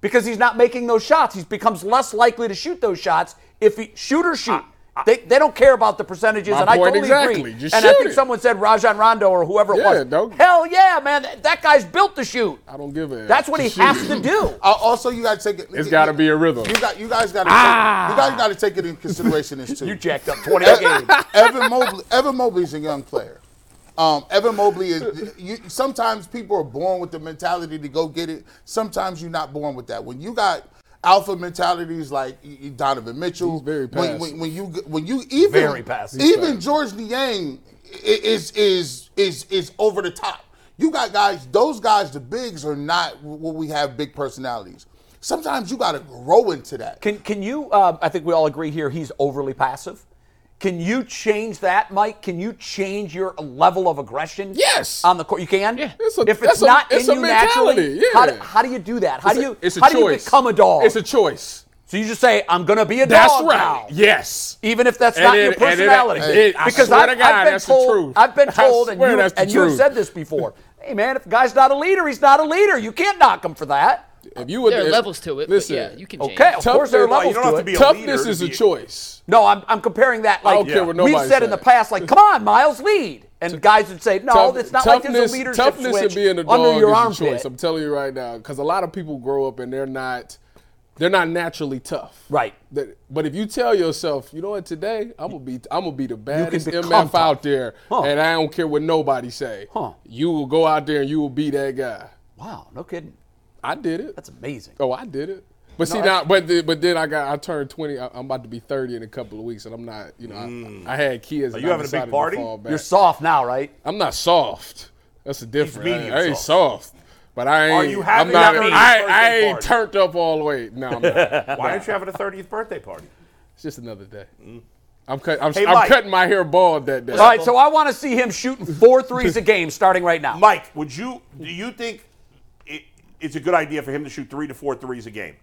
Speaker 3: because he's not making those shots. He becomes less likely to shoot those shots if he shoot or shoot. they, they don't care about the percentages,
Speaker 4: My
Speaker 3: and I
Speaker 4: point
Speaker 3: totally
Speaker 4: exactly.
Speaker 3: agree.
Speaker 4: Just
Speaker 3: and I
Speaker 4: shoot
Speaker 3: think
Speaker 4: it.
Speaker 3: someone said Rajon Rondo or whoever it
Speaker 4: Yeah,
Speaker 3: was.
Speaker 4: don't-
Speaker 3: Hell yeah, man! That, that guy's built to shoot.
Speaker 4: I don't give a.
Speaker 3: That's what he
Speaker 4: Shoot.
Speaker 3: has to do.
Speaker 6: Uh, also, you got to take it.
Speaker 4: It's got to be a rhythm.
Speaker 6: You got. You guys got to. You guys got to take it in consideration. This too.
Speaker 3: Ah. You jacked up 20 a game.
Speaker 6: Evan Mobley. Evan Mobley's a young player. Um, Evan Mobley is. You, sometimes people are born with the mentality to go get it. Sometimes you're not born with that. When you got alpha mentalities like y- y- Donovan Mitchell,
Speaker 4: He's very
Speaker 6: when,
Speaker 4: passive.
Speaker 6: when, when you when you even
Speaker 3: Very passive.
Speaker 6: even George Niang i- is is is is over the top. You got guys; those guys, the bigs, are not what we have big personalities. Sometimes you got to grow into that.
Speaker 3: Can can you? Uh, I think we all agree here. He's overly passive. Can you change that, Mike? Can you change your level of aggression?
Speaker 4: Yes.
Speaker 3: On the court, you can. Yeah.
Speaker 4: It's a-
Speaker 3: if it's
Speaker 4: that's a-
Speaker 3: not
Speaker 4: it's
Speaker 3: in
Speaker 4: a
Speaker 3: you naturally,
Speaker 4: mentality,
Speaker 3: how, do,
Speaker 4: yeah.
Speaker 3: how do you do that? How do you?
Speaker 4: It's a
Speaker 3: how
Speaker 4: choice.
Speaker 3: do you become a dog?
Speaker 4: It's a choice.
Speaker 3: so you just say, "I'm gonna be a
Speaker 4: That's
Speaker 3: dog."
Speaker 4: right.
Speaker 3: now."
Speaker 4: Yes.
Speaker 3: Even if that's
Speaker 4: And
Speaker 3: not
Speaker 4: it-
Speaker 3: your
Speaker 4: and it-
Speaker 3: personality,
Speaker 4: it- I
Speaker 3: because
Speaker 4: swear
Speaker 3: I've,
Speaker 4: to God,
Speaker 3: I've been
Speaker 4: that's the
Speaker 3: told,
Speaker 4: truth.
Speaker 3: I've been
Speaker 4: I
Speaker 3: told, and
Speaker 4: swear
Speaker 3: you
Speaker 4: that's the
Speaker 3: and you've
Speaker 4: truth.
Speaker 3: said this before. Hey man, if a guy's not a leader, he's not a leader. You can't knock him for that.
Speaker 4: If you were
Speaker 5: There are
Speaker 4: if-
Speaker 5: levels to it.
Speaker 4: Listen,
Speaker 5: but yeah, you can change.
Speaker 3: Okay, of course there are
Speaker 4: Toughness-
Speaker 3: levels
Speaker 2: you don't have
Speaker 3: to
Speaker 2: to
Speaker 3: it.
Speaker 2: be a leader
Speaker 4: toughness
Speaker 2: to
Speaker 4: is
Speaker 2: be
Speaker 4: a
Speaker 2: a-
Speaker 4: choice.
Speaker 3: No, I'm, I'm comparing that like
Speaker 4: don't care what
Speaker 3: we've
Speaker 4: nobody
Speaker 3: said in the
Speaker 4: said.
Speaker 3: past, like, come on, Miles, lead. And guys would say, no,
Speaker 4: Tough-
Speaker 3: it's not like
Speaker 4: toughness,
Speaker 3: there's a leadership
Speaker 4: toughness
Speaker 3: switch
Speaker 4: and being a dog
Speaker 3: under your
Speaker 4: is
Speaker 3: armpit.
Speaker 4: a choice. I'm telling you right now, because a lot of people grow up and they're not, they're not naturally tough.
Speaker 3: Right.
Speaker 4: That- but if you tell yourself, you know what, today I'm gonna be, I'm gonna be the baddest
Speaker 3: become
Speaker 4: MF
Speaker 3: tough.
Speaker 4: out there,
Speaker 3: Huh.
Speaker 4: and I don't care what nobody say.
Speaker 3: Huh.
Speaker 4: You will go out there and you will be that guy.
Speaker 3: Wow, no kidding.
Speaker 4: I did it.
Speaker 3: That's amazing.
Speaker 4: Oh, I did it. But see now, but the, but then I got I turned twenty. I, I'm about to be thirty in a couple of weeks, and I'm not. You know, I, I had kids. Are
Speaker 2: Mm. you having a big party?
Speaker 3: You're soft now, right?
Speaker 4: I'm not soft. That's the difference. I,
Speaker 2: medium
Speaker 4: I ain't soft. But I ain't.
Speaker 2: Are you having
Speaker 4: I'm not,
Speaker 2: your 30th
Speaker 4: I, I
Speaker 2: birthday
Speaker 4: ain't
Speaker 2: party?
Speaker 4: turned up all the way. No, I'm not.
Speaker 2: Why aren't you having a 30th birthday party?
Speaker 4: it's just another day. I'm cut, I'm,
Speaker 2: Hey,
Speaker 4: I'm
Speaker 2: Mike.
Speaker 4: cutting my hair bald that day.
Speaker 3: All right, so I want to see him shooting four threes a game starting right now.
Speaker 2: Mike, would you do you think it, it's a good idea for him to shoot three to four threes a game?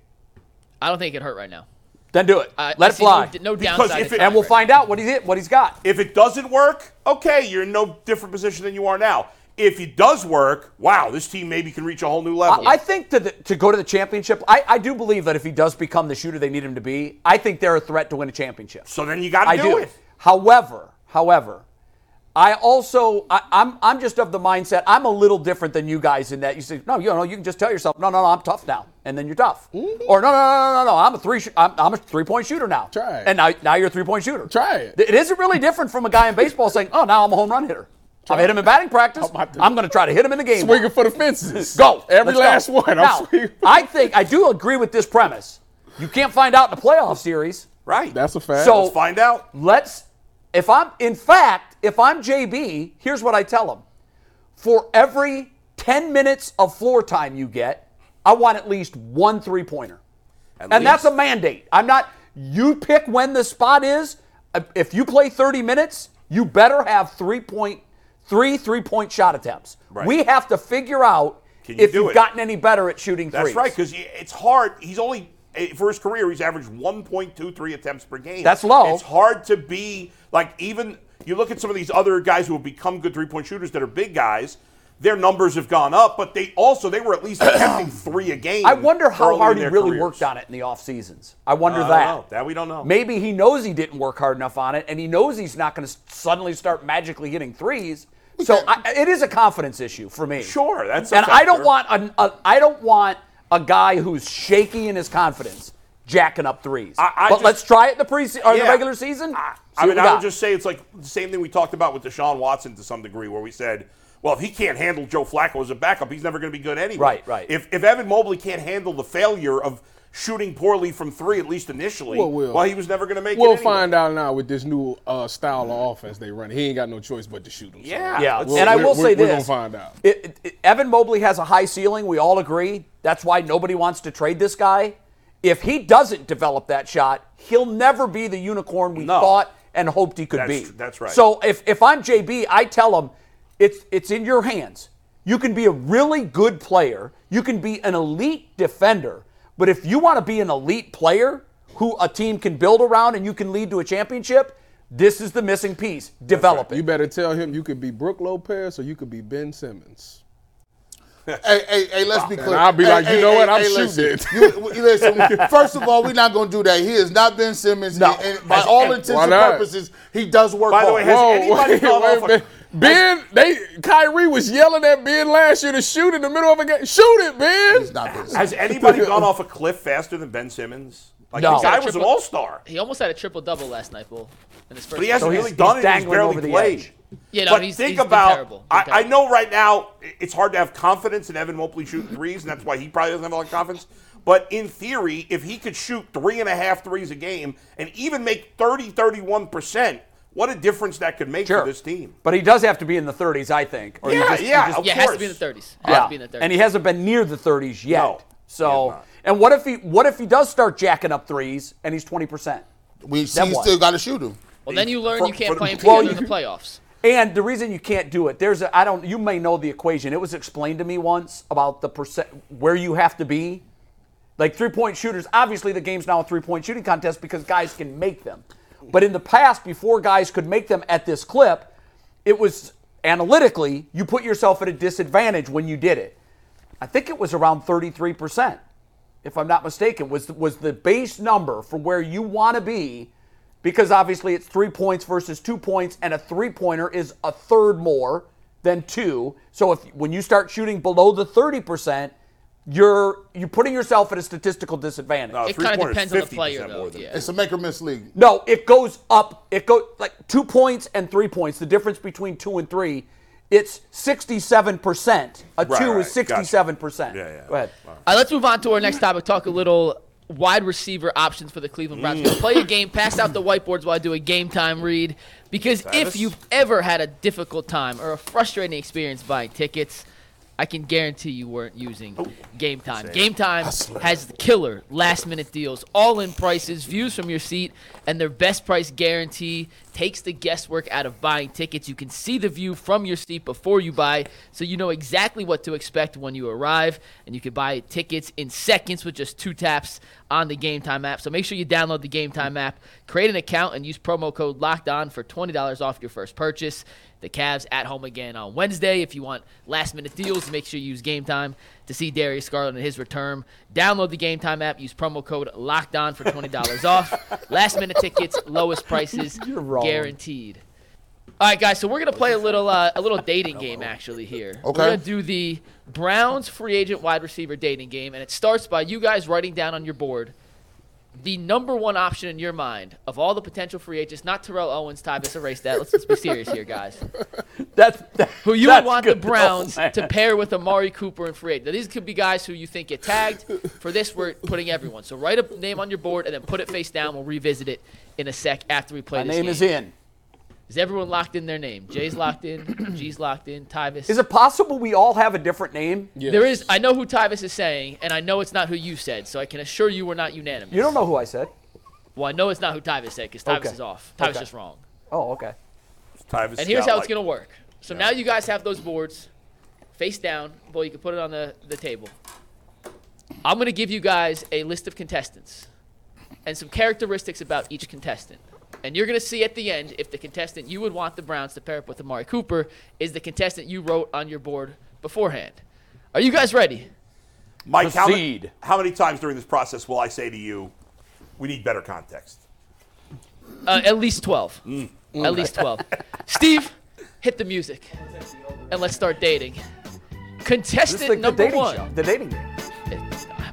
Speaker 5: I don't think it hurt right now.
Speaker 3: Then do it.
Speaker 5: I- I
Speaker 3: Let it
Speaker 5: see no
Speaker 3: fly.
Speaker 5: d- No,
Speaker 2: Because
Speaker 5: downside.
Speaker 2: if
Speaker 5: to
Speaker 2: it-
Speaker 5: trying
Speaker 3: and we'll
Speaker 5: right
Speaker 3: find out what he's, what he's got.
Speaker 2: If it doesn't work, okay, you're in no different position than you are now. If it does work, wow, this team maybe can reach a whole new level.
Speaker 3: I, I think to, the, to go to the championship, I, I do believe that if he does become the shooter they need him to be, I think they're a threat to win a championship.
Speaker 2: so then you got
Speaker 3: I
Speaker 2: to do,
Speaker 3: do.
Speaker 2: it.
Speaker 3: However, however, I also I, I'm I'm just of the mindset I'm a little different than you guys in that you say no you know you can just tell yourself no no no I'm tough now and then you're tough or no no no no no no I'm a three sh- I'm, I'm a three point shooter now
Speaker 4: Try it.
Speaker 3: and now now you're a three point shooter
Speaker 4: Try it.
Speaker 3: it isn't really different from a guy in baseball saying oh now I'm a home run hitter I've hit him in batting practice
Speaker 4: I'm about to-
Speaker 3: I'm going to try to hit him in the game
Speaker 4: swinging for the fences.
Speaker 3: Go.
Speaker 4: Every
Speaker 3: Let's
Speaker 4: last
Speaker 3: go.
Speaker 4: one. I'm
Speaker 3: now,
Speaker 4: swinging.
Speaker 3: I think I do agree with this premise you can't find out in a playoff series
Speaker 2: Right.
Speaker 4: That's a fact.
Speaker 3: So-
Speaker 2: Let's find out.
Speaker 3: let's if i'm in fact if i'm jb here's what i tell him for every 10 minutes of floor time you get i want at least one three pointer and that's a mandate i'm not you pick when the spot is if you play 30 minutes you better have three point three three point shot attempts
Speaker 2: Right.
Speaker 3: we have to figure out
Speaker 2: Can you
Speaker 3: if
Speaker 2: do
Speaker 3: you've
Speaker 2: it?
Speaker 3: gotten any better at shooting
Speaker 2: That's
Speaker 3: threes
Speaker 2: right, because it's hard. He's only eh, for his career. He's averaged 1.23 attempts per game.
Speaker 3: That's low.
Speaker 2: It's hard to be like even you look at some of these other guys who have become good three point shooters that are big guys. Their numbers have gone up, but they also they were at least attempting three a game.
Speaker 3: i wonder
Speaker 2: early
Speaker 3: how
Speaker 2: in
Speaker 3: hard he
Speaker 2: their
Speaker 3: really
Speaker 2: careers.
Speaker 3: worked on it in the off seasons i wonder
Speaker 2: I don't
Speaker 3: that
Speaker 2: know. That we don't know.
Speaker 3: Maybe he knows he didn't work hard enough on it, and he knows he's not going to suddenly start magically hitting threes. So I, it is a confidence issue for me.
Speaker 2: Sure, that's a
Speaker 3: and I don't
Speaker 2: factor.
Speaker 3: want an, a I don't want a guy who's shaky in his confidence jacking up threes.
Speaker 2: I
Speaker 3: but
Speaker 2: just-
Speaker 3: let's try it in the pre or the
Speaker 2: Yeah.
Speaker 3: regular season.
Speaker 2: I,
Speaker 3: See
Speaker 2: I
Speaker 3: what
Speaker 2: mean,
Speaker 3: we
Speaker 2: I would
Speaker 3: got.
Speaker 2: just say it's like the same thing we talked about with Deshaun Watson to some degree, where we said, well, if he can't handle Joe Flacco as a backup, he's never going to be good anyway.
Speaker 3: Right, right.
Speaker 2: If, if Evan Mobley can't handle the failure of shooting poorly from three, at least initially,
Speaker 4: Well,
Speaker 2: well,
Speaker 4: we'll-
Speaker 2: he was never going to make
Speaker 4: We'll
Speaker 2: it. anyway.
Speaker 4: find out now with this new uh, style of offense they run. He ain't got no choice but to shoot them.
Speaker 2: Yeah.
Speaker 3: Yeah,
Speaker 2: Let's
Speaker 4: We'll-
Speaker 3: and I
Speaker 4: we're-
Speaker 3: will say
Speaker 4: we're- we're
Speaker 3: this:
Speaker 4: gonna find out.
Speaker 3: It- it- it- Evan Mobley has a high ceiling. We all agree. That's why nobody wants to trade this guy. If he doesn't develop that shot, he'll never be the unicorn we
Speaker 2: No.
Speaker 3: thought and hoped he could
Speaker 2: That's
Speaker 3: be.
Speaker 2: tr- that's right.
Speaker 3: So if if I'm JB, I tell him it's it's in your hands. You can be a really good player. You can be an elite defender. But if you want to be an elite player who a team can build around and you can lead to a championship, This is the missing piece. Develop
Speaker 4: You
Speaker 3: it.
Speaker 4: better tell him you could be Brooke Lopez or you could be Ben Simmons.
Speaker 6: Hey, hey, hey, let's be clear.
Speaker 4: I'll be
Speaker 6: Hey,
Speaker 4: like, you
Speaker 6: hey,
Speaker 4: know
Speaker 6: hey,
Speaker 4: what? I'm
Speaker 6: hey,
Speaker 4: shooting
Speaker 6: listen. You- you listen, first of all, we're not going to do that. He is not Ben Simmons.
Speaker 3: No.
Speaker 6: And, and by all
Speaker 3: Why
Speaker 6: intents and
Speaker 4: not?
Speaker 6: purposes, he does work
Speaker 2: By the
Speaker 6: hard.
Speaker 2: way, has anybody thought off a-
Speaker 4: Oh, a Ben, they Kyrie was yelling at Ben last year to shoot in the middle of a game. Shoot it, Ben.
Speaker 6: not Ben Simmons.
Speaker 2: Has anybody gone off a cliff faster than Ben Simmons? Like
Speaker 3: No.
Speaker 2: the guy was an all star,
Speaker 5: He almost had a triple double last night, Bull. In his first
Speaker 2: but he
Speaker 5: game.
Speaker 2: hasn't
Speaker 3: he's-
Speaker 2: really
Speaker 3: he's
Speaker 2: done it. He's
Speaker 3: dangling
Speaker 2: barely
Speaker 3: over the
Speaker 2: played.
Speaker 3: edge.
Speaker 5: Yeah, no,
Speaker 2: but
Speaker 5: he's-
Speaker 2: think
Speaker 5: he's been
Speaker 2: about.
Speaker 5: terrible. Been
Speaker 2: I, I
Speaker 5: terrible.
Speaker 2: know right now i- it's hard to have confidence in Evan Mobley shooting threes, and that's why he probably doesn't have a lot of confidence. But in theory, if he could shoot three and a half threes a game and even make 30, 31 percent, what a difference that could make
Speaker 3: Sure.
Speaker 2: for this team.
Speaker 3: But he does have to be in the 30s, I think. Or you
Speaker 2: Yeah,
Speaker 3: just- you
Speaker 2: yeah,
Speaker 3: just-
Speaker 2: of
Speaker 5: yeah, it has to
Speaker 2: course.
Speaker 5: be in the 30s. Has
Speaker 3: yeah.
Speaker 5: to be in the 30s.
Speaker 3: And he hasn't been near the 30s yet.
Speaker 2: No, he has
Speaker 3: So,
Speaker 2: not.
Speaker 3: and what if he what if he does start jacking up threes and he's 20%?
Speaker 6: We
Speaker 3: Then
Speaker 6: he's
Speaker 3: what?
Speaker 6: still got to shoot him.
Speaker 5: well, then you learn
Speaker 2: for-
Speaker 5: you can't
Speaker 2: for-
Speaker 5: play him
Speaker 2: well,
Speaker 5: together in the playoffs.
Speaker 3: And the reason you can't do it, there's a, I don't, you may know the equation. It was explained to me once about the percent, where you have to be. Like three point shooters, obviously the game's now a three point shooting contest because guys can make them. But in the past, before guys could make them at this clip, it was analytically, you put yourself at a disadvantage when you did it. I think it was around 33%, if I'm not mistaken, was, was the base number for where you want to be because obviously it's three points versus two points, and a three pointer is a third more than two. So if when you start shooting below the 30%, you're you're putting yourself at a statistical disadvantage.
Speaker 2: No,
Speaker 5: It kind of
Speaker 2: three-pointers,
Speaker 5: depends on the
Speaker 2: 50%
Speaker 5: player,
Speaker 2: more
Speaker 5: though.
Speaker 2: than-
Speaker 5: Yeah.
Speaker 6: It's a make or miss league.
Speaker 3: No, it goes up. It goes like two points and three points. The difference between two and three, it's 67%. A
Speaker 2: Right,
Speaker 3: two
Speaker 2: right,
Speaker 3: is
Speaker 2: gotcha.
Speaker 3: 67%.
Speaker 2: Yeah, yeah.
Speaker 3: Go ahead.
Speaker 5: All right, let's move on to our next topic. Talk a little wide receiver options for the Cleveland Browns. We'll play a game, pass out the whiteboards while I do a game time read. Because if you've ever had a difficult time or a frustrating experience buying tickets, I can guarantee you weren't using Game Time. Game Time has the killer last minute deals, all in prices, views from your seat, and their best price guarantee takes the guesswork out of buying tickets. You can see the view from your seat before you buy, so you know exactly what to expect when you arrive, and you can buy tickets in seconds with just two taps on the Game Time app. So make sure you download the Game Time app, create an account, and use promo code Locked On for twenty dollars off your first purchase. The Cavs at home again on Wednesday. If you want last minute deals, make sure you use Game Time to see Darius Garland and his return. Download the Game Time app. Use promo code Locked On for twenty dollars off. Last minute tickets, lowest prices,
Speaker 3: wrong.
Speaker 5: guaranteed. All right, guys. So we're gonna play a little uh, a little dating game actually here.
Speaker 6: Okay.
Speaker 5: We're gonna do the Browns free agent wide receiver dating game, and it starts by you guys writing down on your board the number one option in your mind of all the potential free agents. Not Terrell Owens, Tyvus. Erase that. Let's, let's be serious here, guys.
Speaker 3: That's that,
Speaker 5: Who you
Speaker 3: that's
Speaker 5: would want the
Speaker 3: good. Oh,
Speaker 5: Browns
Speaker 3: man.
Speaker 5: to pair with Amari Cooper and free agent. Now, these could be guys who you think get tagged. For this, we're putting everyone. So write a name on your board and then put it face down. We'll revisit it in a sec after we play
Speaker 3: My
Speaker 5: this
Speaker 3: name
Speaker 5: game.
Speaker 3: is in.
Speaker 5: Is everyone locked in their name? Jay's locked in. G's locked in. Tyvus.
Speaker 3: Is it possible we all have a different name?
Speaker 5: There is. I know who Tyvus is saying, and I know it's not who you said. So I can assure you, we're not unanimous.
Speaker 3: You don't know who I said.
Speaker 5: Well, I know it's not who Tyvus said because Tyvus
Speaker 3: Okay.
Speaker 5: is off. Tyvus
Speaker 3: Okay.
Speaker 5: is wrong.
Speaker 3: Oh, okay.
Speaker 2: Tyvus
Speaker 5: And here's
Speaker 2: got,
Speaker 5: how it's
Speaker 2: like,
Speaker 5: gonna work. So now you guys have those boards, face down. Boy, you can put it on the the table. I'm gonna give you guys a list of contestants, and some characteristics about each contestant. And you're gonna see at the end if the contestant you would want the Browns to pair up with Amari Cooper is the contestant you wrote on your board beforehand. Are you guys ready?
Speaker 2: Mike, how many,
Speaker 3: Proceed.
Speaker 2: how many times during this process will I say to you, we need better context?
Speaker 5: Uh, at least 12.
Speaker 3: Mm.
Speaker 5: At least 12. Steve, hit the music. And let's start dating.
Speaker 3: This
Speaker 5: Contestant
Speaker 3: is like the
Speaker 5: number
Speaker 3: dating
Speaker 5: one.
Speaker 3: show. The dating game.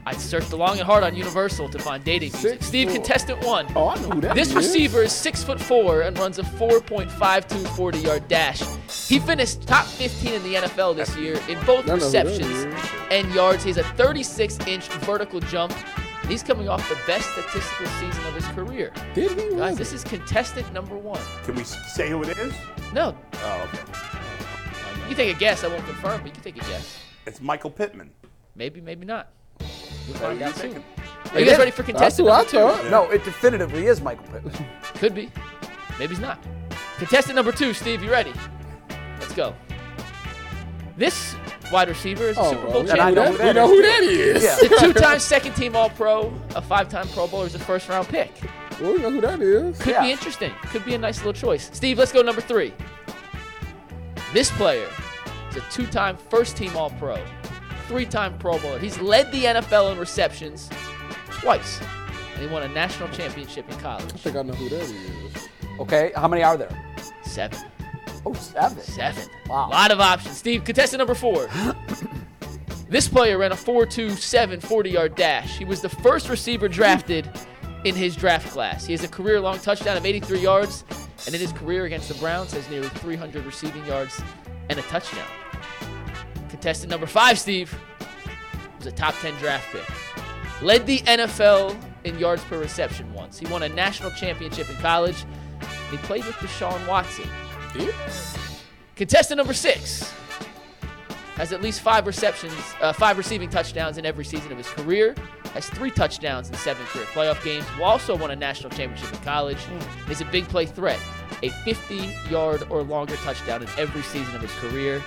Speaker 5: I searched long and hard on Universal to find dating music.
Speaker 4: Six
Speaker 5: Steve,
Speaker 4: four.
Speaker 5: contestant one.
Speaker 4: Oh, I know who that
Speaker 5: This
Speaker 4: is.
Speaker 5: receiver is six foot four and runs a 4.52 40 yard dash. He finished top 15 in the NFL this year in both
Speaker 4: I know who that
Speaker 5: receptions
Speaker 4: is.
Speaker 5: and yards. He has a 36 inch vertical jump. He's coming off the best statistical season of his career.
Speaker 4: Did he?
Speaker 5: Guys,
Speaker 4: really?
Speaker 5: this is contestant number one.
Speaker 2: Can we s- say who it is?
Speaker 5: No,
Speaker 2: Oh, okay.
Speaker 5: you can take a guess. I won't confirm, but you can take a guess.
Speaker 2: It's Michael Pittman.
Speaker 5: Maybe, maybe not.
Speaker 2: What
Speaker 5: We'll
Speaker 2: are
Speaker 5: find
Speaker 2: you
Speaker 5: out soon.
Speaker 2: thinking?
Speaker 5: Are you
Speaker 3: It is.
Speaker 5: guys ready for
Speaker 4: That's
Speaker 5: contestant
Speaker 4: who I
Speaker 5: number two?
Speaker 4: thought.
Speaker 3: No, it definitively is Michael Pittman.
Speaker 5: Could be. Maybe it's not. Contestant number two, Steve, you ready? Let's go. This wide receiver is a
Speaker 4: Oh,
Speaker 5: Super
Speaker 4: well,
Speaker 5: Bowl
Speaker 4: we
Speaker 3: And I
Speaker 5: champion.
Speaker 3: know
Speaker 4: know
Speaker 3: who
Speaker 4: that-
Speaker 3: that
Speaker 4: we know
Speaker 3: is, too.
Speaker 4: who that is.
Speaker 3: Yeah.
Speaker 5: The two-time second-team All-Pro, a five-time Pro Bowler, is a first-round pick.
Speaker 4: Well, we know who that is.
Speaker 5: Could
Speaker 3: Yeah.
Speaker 5: be interesting. Could be a nice little choice. Steve, let's go number three. This player is a two time first team All Pro, three time Pro Bowler. He's led the NFL in receptions twice, and he won a national championship in
Speaker 4: I
Speaker 5: college.
Speaker 4: think I know who that is.
Speaker 3: Okay, how many are there?
Speaker 5: Seven.
Speaker 3: Oh, seven.
Speaker 5: Seven.
Speaker 3: Wow.
Speaker 5: lot of options. Steve, contestant number four. this player ran a 4.27 40 yard dash. He was the first receiver drafted in his draft class. He has a career long touchdown of 83 yards, and in his career against the Browns, has nearly 300 receiving yards and a touchdown. Contestant number five, Steve, was a top 10 draft pick. Led the NFL in yards per reception once. He won a national championship in college. He played with Deshaun Watson. Contestant number six has at least five receptions, uh, five receiving touchdowns in every season of his career. Has three touchdowns in seven career playoff games. Will also won a national championship in college.
Speaker 2: Hmm.
Speaker 5: Is a big play threat. A 50-yard or longer touchdown in every season of his career.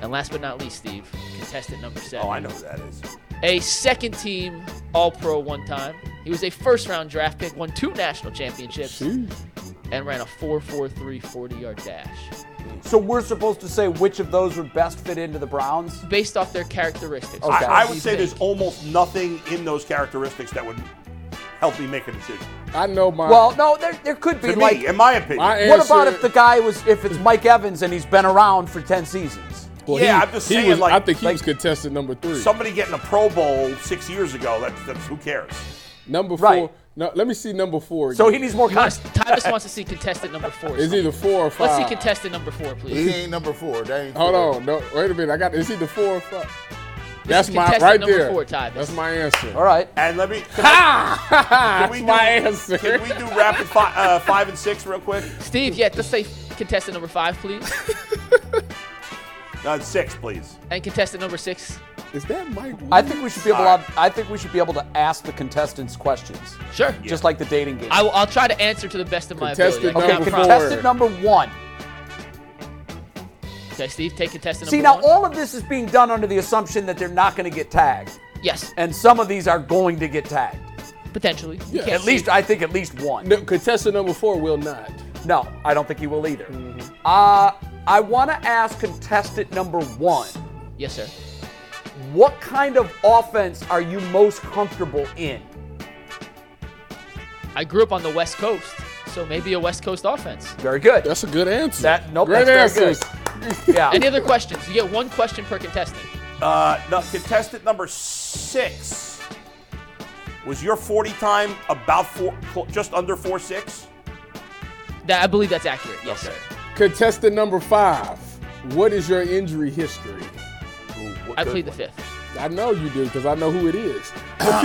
Speaker 5: And last but not least, Steve, contestant number seven
Speaker 2: Oh, I know who that is.
Speaker 5: a second team All Pro one time. He was a first round draft pick, won two national championships, and ran a 4 4 3 40 yard dash.
Speaker 3: So we're supposed to say which of those would best fit into the Browns?
Speaker 5: Based off their characteristics.
Speaker 3: Okay.
Speaker 2: I, I
Speaker 5: What do you
Speaker 2: would say
Speaker 5: think?
Speaker 2: there's almost nothing in those characteristics that would help me make a decision.
Speaker 4: I know my.
Speaker 3: Well, no, there, there could be
Speaker 2: To
Speaker 3: like.
Speaker 2: me, in my opinion.
Speaker 4: my answer,
Speaker 3: what about if the guy was if it's Mike Evans and he's been around for ten seasons?
Speaker 4: Well,
Speaker 2: Yeah,
Speaker 4: he-
Speaker 2: I'm just
Speaker 4: he
Speaker 2: saying,
Speaker 4: was-
Speaker 2: like-
Speaker 4: I think he
Speaker 3: like-
Speaker 4: was contestant number three.
Speaker 2: Somebody getting a Pro Bowl six years ago, that, that's who cares?
Speaker 4: number four.
Speaker 3: Right.
Speaker 4: No, let me see number four. Again.
Speaker 3: So he needs more
Speaker 5: You want
Speaker 3: content.
Speaker 5: us- Thomas wants to see contestant number four.
Speaker 4: It's either four or 5
Speaker 5: Let's see contestant number four,
Speaker 6: He
Speaker 5: please.
Speaker 6: ain't number four. That ain't
Speaker 4: Hold
Speaker 6: four.
Speaker 4: on. No, wait a minute. I got. It's either four or five. That's my
Speaker 5: contestant
Speaker 4: right
Speaker 5: number
Speaker 4: there.
Speaker 5: four, Tyvus.
Speaker 4: That's my answer.
Speaker 3: All right.
Speaker 2: And let me. Can I-
Speaker 4: That's
Speaker 2: we do-
Speaker 4: my answer.
Speaker 2: Can we do rapid fi- uh, five and six real quick?
Speaker 5: Steve, yeah, let's say contestant number five, please.
Speaker 2: Uh, six, please.
Speaker 5: and contestant number six.
Speaker 4: Is that Mike? Williams?
Speaker 3: I think we should be able. To, I think we should be able to ask the contestants questions,
Speaker 5: Sure.
Speaker 3: just like the dating game.
Speaker 5: I will, I'll try to answer to the best of my
Speaker 4: Contestant
Speaker 5: ability. I
Speaker 3: okay,
Speaker 5: cannot
Speaker 4: number
Speaker 5: promise.
Speaker 4: four.
Speaker 3: contestant number one.
Speaker 5: Okay, Steve, take contestant
Speaker 3: See, now
Speaker 5: number one.
Speaker 3: all of this is being done under the assumption that they're not going to get tagged,
Speaker 5: yes,
Speaker 3: and some of these are going to get tagged.
Speaker 5: potentially. You can't
Speaker 3: At least
Speaker 5: see.
Speaker 3: I think at least one.
Speaker 4: No, contestant number four will not.
Speaker 3: No, I don't think he will either.
Speaker 5: Mm-hmm.
Speaker 3: Uh, I want to ask contestant number one
Speaker 5: Yes, sir.
Speaker 3: what kind of offense are you most comfortable in?
Speaker 5: I grew up on the West Coast, so maybe a West Coast offense.
Speaker 3: Very good.
Speaker 4: That's a good answer.
Speaker 3: That- nope,
Speaker 4: Great
Speaker 3: that's very
Speaker 4: answers.
Speaker 3: yeah.
Speaker 5: Any other questions? You get one question per contestant.
Speaker 2: Uh, no, contestant number six was your 40 time about four, cl- just under four six.
Speaker 5: That I believe that's accurate. Yes, sir.
Speaker 4: Contestant number five. What is your injury history?
Speaker 5: I plead the fifth.
Speaker 4: I know you do because I know who it is.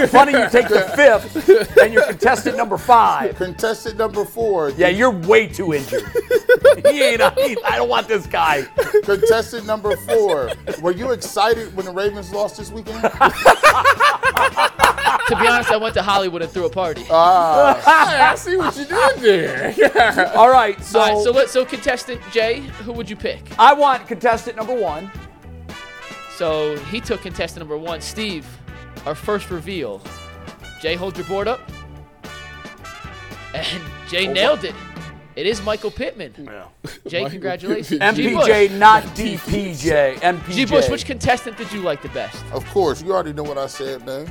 Speaker 3: Funny you take the fifth and you're contestant number five.
Speaker 6: Contestant number four.
Speaker 3: Yeah, you're way too injured. he ain't. he- I don't want this guy.
Speaker 6: Contestant number four. Were you excited when the Ravens lost this weekend?
Speaker 5: to be honest, I went to Hollywood and threw a party.
Speaker 4: I see what you did there.
Speaker 3: All right, so,
Speaker 5: All right, so let so contestant Jay, who would you pick?
Speaker 3: I want contestant number one.
Speaker 5: So he took contestant number one, Steve. Our first reveal. Jay, hold your board up. And Jay nailed it. It is Michael Pittman.
Speaker 2: Yeah.
Speaker 5: Jay, congratulations. G. Bush.
Speaker 3: MPJ, not DPJ. MPJ.
Speaker 5: G. Bush, which contestant did you like the best?
Speaker 6: of course. You already know what I said, man.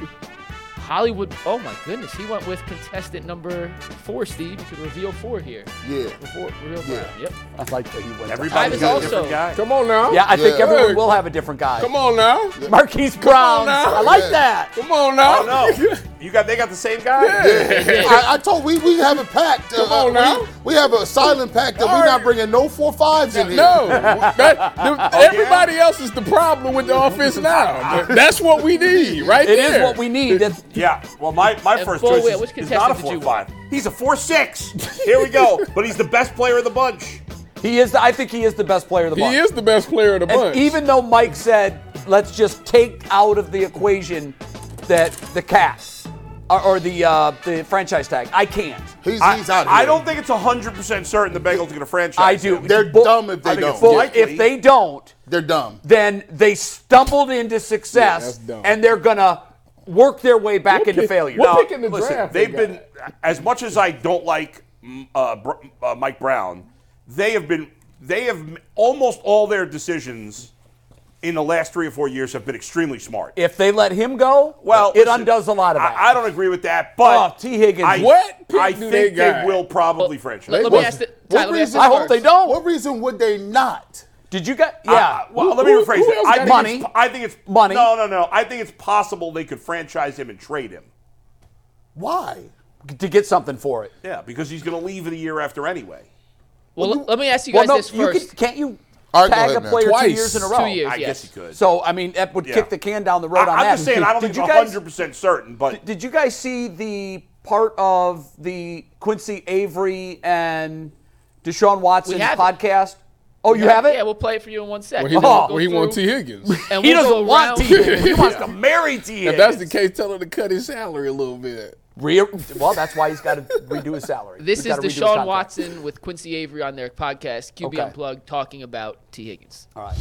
Speaker 5: Hollywood. Oh my goodness, he went with contestant number four, Steve. You could reveal four here.
Speaker 6: Yeah.
Speaker 5: Four, real yeah. Yep.
Speaker 3: I like that he went.
Speaker 2: Everybody's
Speaker 5: Tyvus
Speaker 2: got a
Speaker 5: also-
Speaker 2: different guy.
Speaker 4: Come on now.
Speaker 3: Yeah, I think
Speaker 6: Yeah.
Speaker 3: everyone will have a different guy.
Speaker 4: Come on now.
Speaker 3: Marquise Brown.
Speaker 4: now.
Speaker 3: I like
Speaker 6: Yeah.
Speaker 3: that.
Speaker 4: Come on now.
Speaker 3: Oh,
Speaker 2: No, you got they got the same guy.
Speaker 6: I, I told we we have a pact. uh,
Speaker 4: Come on
Speaker 6: we-
Speaker 4: now.
Speaker 6: We, have a silent pact that we're not bringing no four fives in here.
Speaker 4: No, That-
Speaker 3: Oh,
Speaker 4: the- everybody else is the problem with the offense now. That's what we need, right
Speaker 3: It is
Speaker 4: there.
Speaker 3: what we need. That's,
Speaker 2: Yeah. Well, my, my
Speaker 5: And
Speaker 2: first
Speaker 5: Bo,
Speaker 2: choice
Speaker 5: wait,
Speaker 2: is,
Speaker 5: which
Speaker 2: is not a
Speaker 5: contestant did
Speaker 2: four
Speaker 5: you
Speaker 2: five. He's a four six. Here we go. But he's the best player of the bunch.
Speaker 3: he is. The, I think he is the best player of the
Speaker 4: He
Speaker 3: bunch.
Speaker 4: is the best player of the
Speaker 3: And
Speaker 4: bunch.
Speaker 3: even though Mike said, let's just take out of the equation that the cat or, or the uh, the franchise tag, I can't.
Speaker 6: He's,
Speaker 2: I,
Speaker 6: he's out here.
Speaker 2: I don't think it's hundred percent certain the Bengals are going to franchise.
Speaker 3: I do.
Speaker 6: They're
Speaker 3: Bull-
Speaker 6: dumb if they
Speaker 3: I think it's
Speaker 6: don't.
Speaker 3: bull-
Speaker 2: Likely.
Speaker 3: if they don't,
Speaker 6: they're dumb.
Speaker 3: then they stumbled into
Speaker 4: Yeah, that's
Speaker 3: success
Speaker 4: dumb.
Speaker 3: and they're gonna work their way back into failure.
Speaker 4: We'll
Speaker 2: No,
Speaker 4: pick in the
Speaker 2: listen,
Speaker 4: draft
Speaker 2: They've
Speaker 4: they
Speaker 2: been as much as I don't like mm, uh, Br- uh, Mike Brown. They have been. They have m- almost all their decisions in the last three or four years have been extremely smart.
Speaker 3: If they let him go,
Speaker 2: well,
Speaker 3: it
Speaker 2: listen,
Speaker 3: undoes a lot of that.
Speaker 2: I, I don't agree with that, but
Speaker 3: Oh, T. Higgins.
Speaker 2: I,
Speaker 4: What pick
Speaker 2: I
Speaker 4: do
Speaker 2: think
Speaker 4: they
Speaker 2: they,
Speaker 4: got?
Speaker 2: will probably franchise.
Speaker 5: Let, let me
Speaker 6: What-
Speaker 5: ask the,
Speaker 6: what
Speaker 5: Tyler, let me ask
Speaker 6: reason-
Speaker 3: I
Speaker 5: this
Speaker 3: hope
Speaker 5: first.
Speaker 3: they don't.
Speaker 6: What reason would they not?
Speaker 3: Did you get? Yeah.
Speaker 2: Uh, well, let me
Speaker 4: Who-
Speaker 2: rephrase
Speaker 4: who
Speaker 2: it.
Speaker 4: else
Speaker 2: I
Speaker 4: got
Speaker 2: think
Speaker 6: money?
Speaker 2: it's- I think it's
Speaker 3: Money.
Speaker 2: No, no, no. I think it's possible they could franchise him and trade him.
Speaker 6: Why?
Speaker 3: to get something for it.
Speaker 2: Yeah, because he's going to leave in the year after anyway.
Speaker 5: Well, let- let me ask you
Speaker 3: Well,
Speaker 5: guys
Speaker 3: no,
Speaker 5: this
Speaker 3: you
Speaker 5: first.
Speaker 3: could, can't you
Speaker 6: All right, go
Speaker 3: tag
Speaker 6: ahead,
Speaker 3: a
Speaker 6: man.
Speaker 3: player two
Speaker 4: Twice.
Speaker 3: years in a row?
Speaker 5: Two years.
Speaker 2: I
Speaker 5: Yes.
Speaker 2: guess he could.
Speaker 3: So I mean, that would
Speaker 2: Yeah.
Speaker 3: kick the can down the
Speaker 2: I,
Speaker 3: road on
Speaker 2: am
Speaker 3: that.
Speaker 2: just saying I don't
Speaker 3: did
Speaker 2: think it's
Speaker 3: you guys,
Speaker 2: 100 percent certain, but
Speaker 3: Did you guys see the part of the Quincy Avery and Deshaun Watson
Speaker 5: have it.
Speaker 3: podcast? Oh, you
Speaker 5: Yeah,
Speaker 3: have it?
Speaker 5: Yeah, we'll play it for you in one sec.
Speaker 4: Where he,
Speaker 5: We'll
Speaker 4: want,
Speaker 5: go
Speaker 3: Oh,
Speaker 4: where he want T.
Speaker 5: through,
Speaker 4: Higgins.
Speaker 5: and
Speaker 3: he
Speaker 5: we'll
Speaker 3: doesn't
Speaker 5: go
Speaker 3: want
Speaker 5: round-
Speaker 3: T. Higgins. He wants to marry T.
Speaker 4: if
Speaker 3: Higgins.
Speaker 4: that's the case, tell him to cut his salary a little bit.
Speaker 3: Re- well, that's why he's got to redo his salary.
Speaker 5: This
Speaker 3: He's
Speaker 5: is
Speaker 3: gotta redo his
Speaker 5: Deshaun
Speaker 3: contract.
Speaker 5: Watson with Quincy Avery on their podcast, QB
Speaker 3: Okay.
Speaker 5: Unplugged, talking about T. Higgins.
Speaker 3: All right.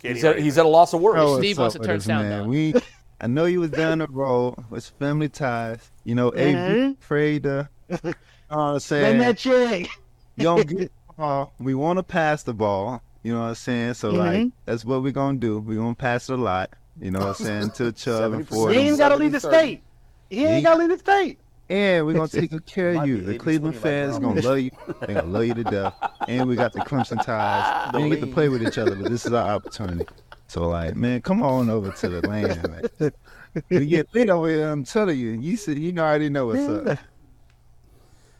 Speaker 2: Can't
Speaker 3: He's
Speaker 2: hear
Speaker 3: at,
Speaker 2: anything.
Speaker 3: he's at a loss of words.
Speaker 7: Yo,
Speaker 5: Steve wants
Speaker 7: what's up
Speaker 5: to
Speaker 7: with
Speaker 5: turn
Speaker 7: us,
Speaker 5: sound down.
Speaker 7: We, I know you was down the road. It's family ties. You know, AB afraid to. You know what I'm saying?
Speaker 8: that Uh-huh. check.
Speaker 7: You don't get the ball. We want to pass the ball. You know what I'm saying? So
Speaker 8: Mm-hmm.
Speaker 7: like, that's what we're gonna do. We're gonna pass it a lot. You know what I'm saying? To Chubb and
Speaker 4: 70%.
Speaker 7: Ford.
Speaker 8: He ain't got to leave the
Speaker 4: 70-30.
Speaker 8: state. He ain't got to leave the state.
Speaker 7: And we're gonna take good care
Speaker 3: Might
Speaker 7: of you.
Speaker 3: be
Speaker 7: The
Speaker 3: 80-20
Speaker 7: Cleveland
Speaker 3: right
Speaker 7: fans
Speaker 3: now.
Speaker 7: gonna love you. They're gonna love you to death. And we got the Clemson ties. We didn't get to play with each other, but this is our opportunity. So like, man, come on over to the land. Man. We get lit over here. I'm telling you, you said you already know what's up.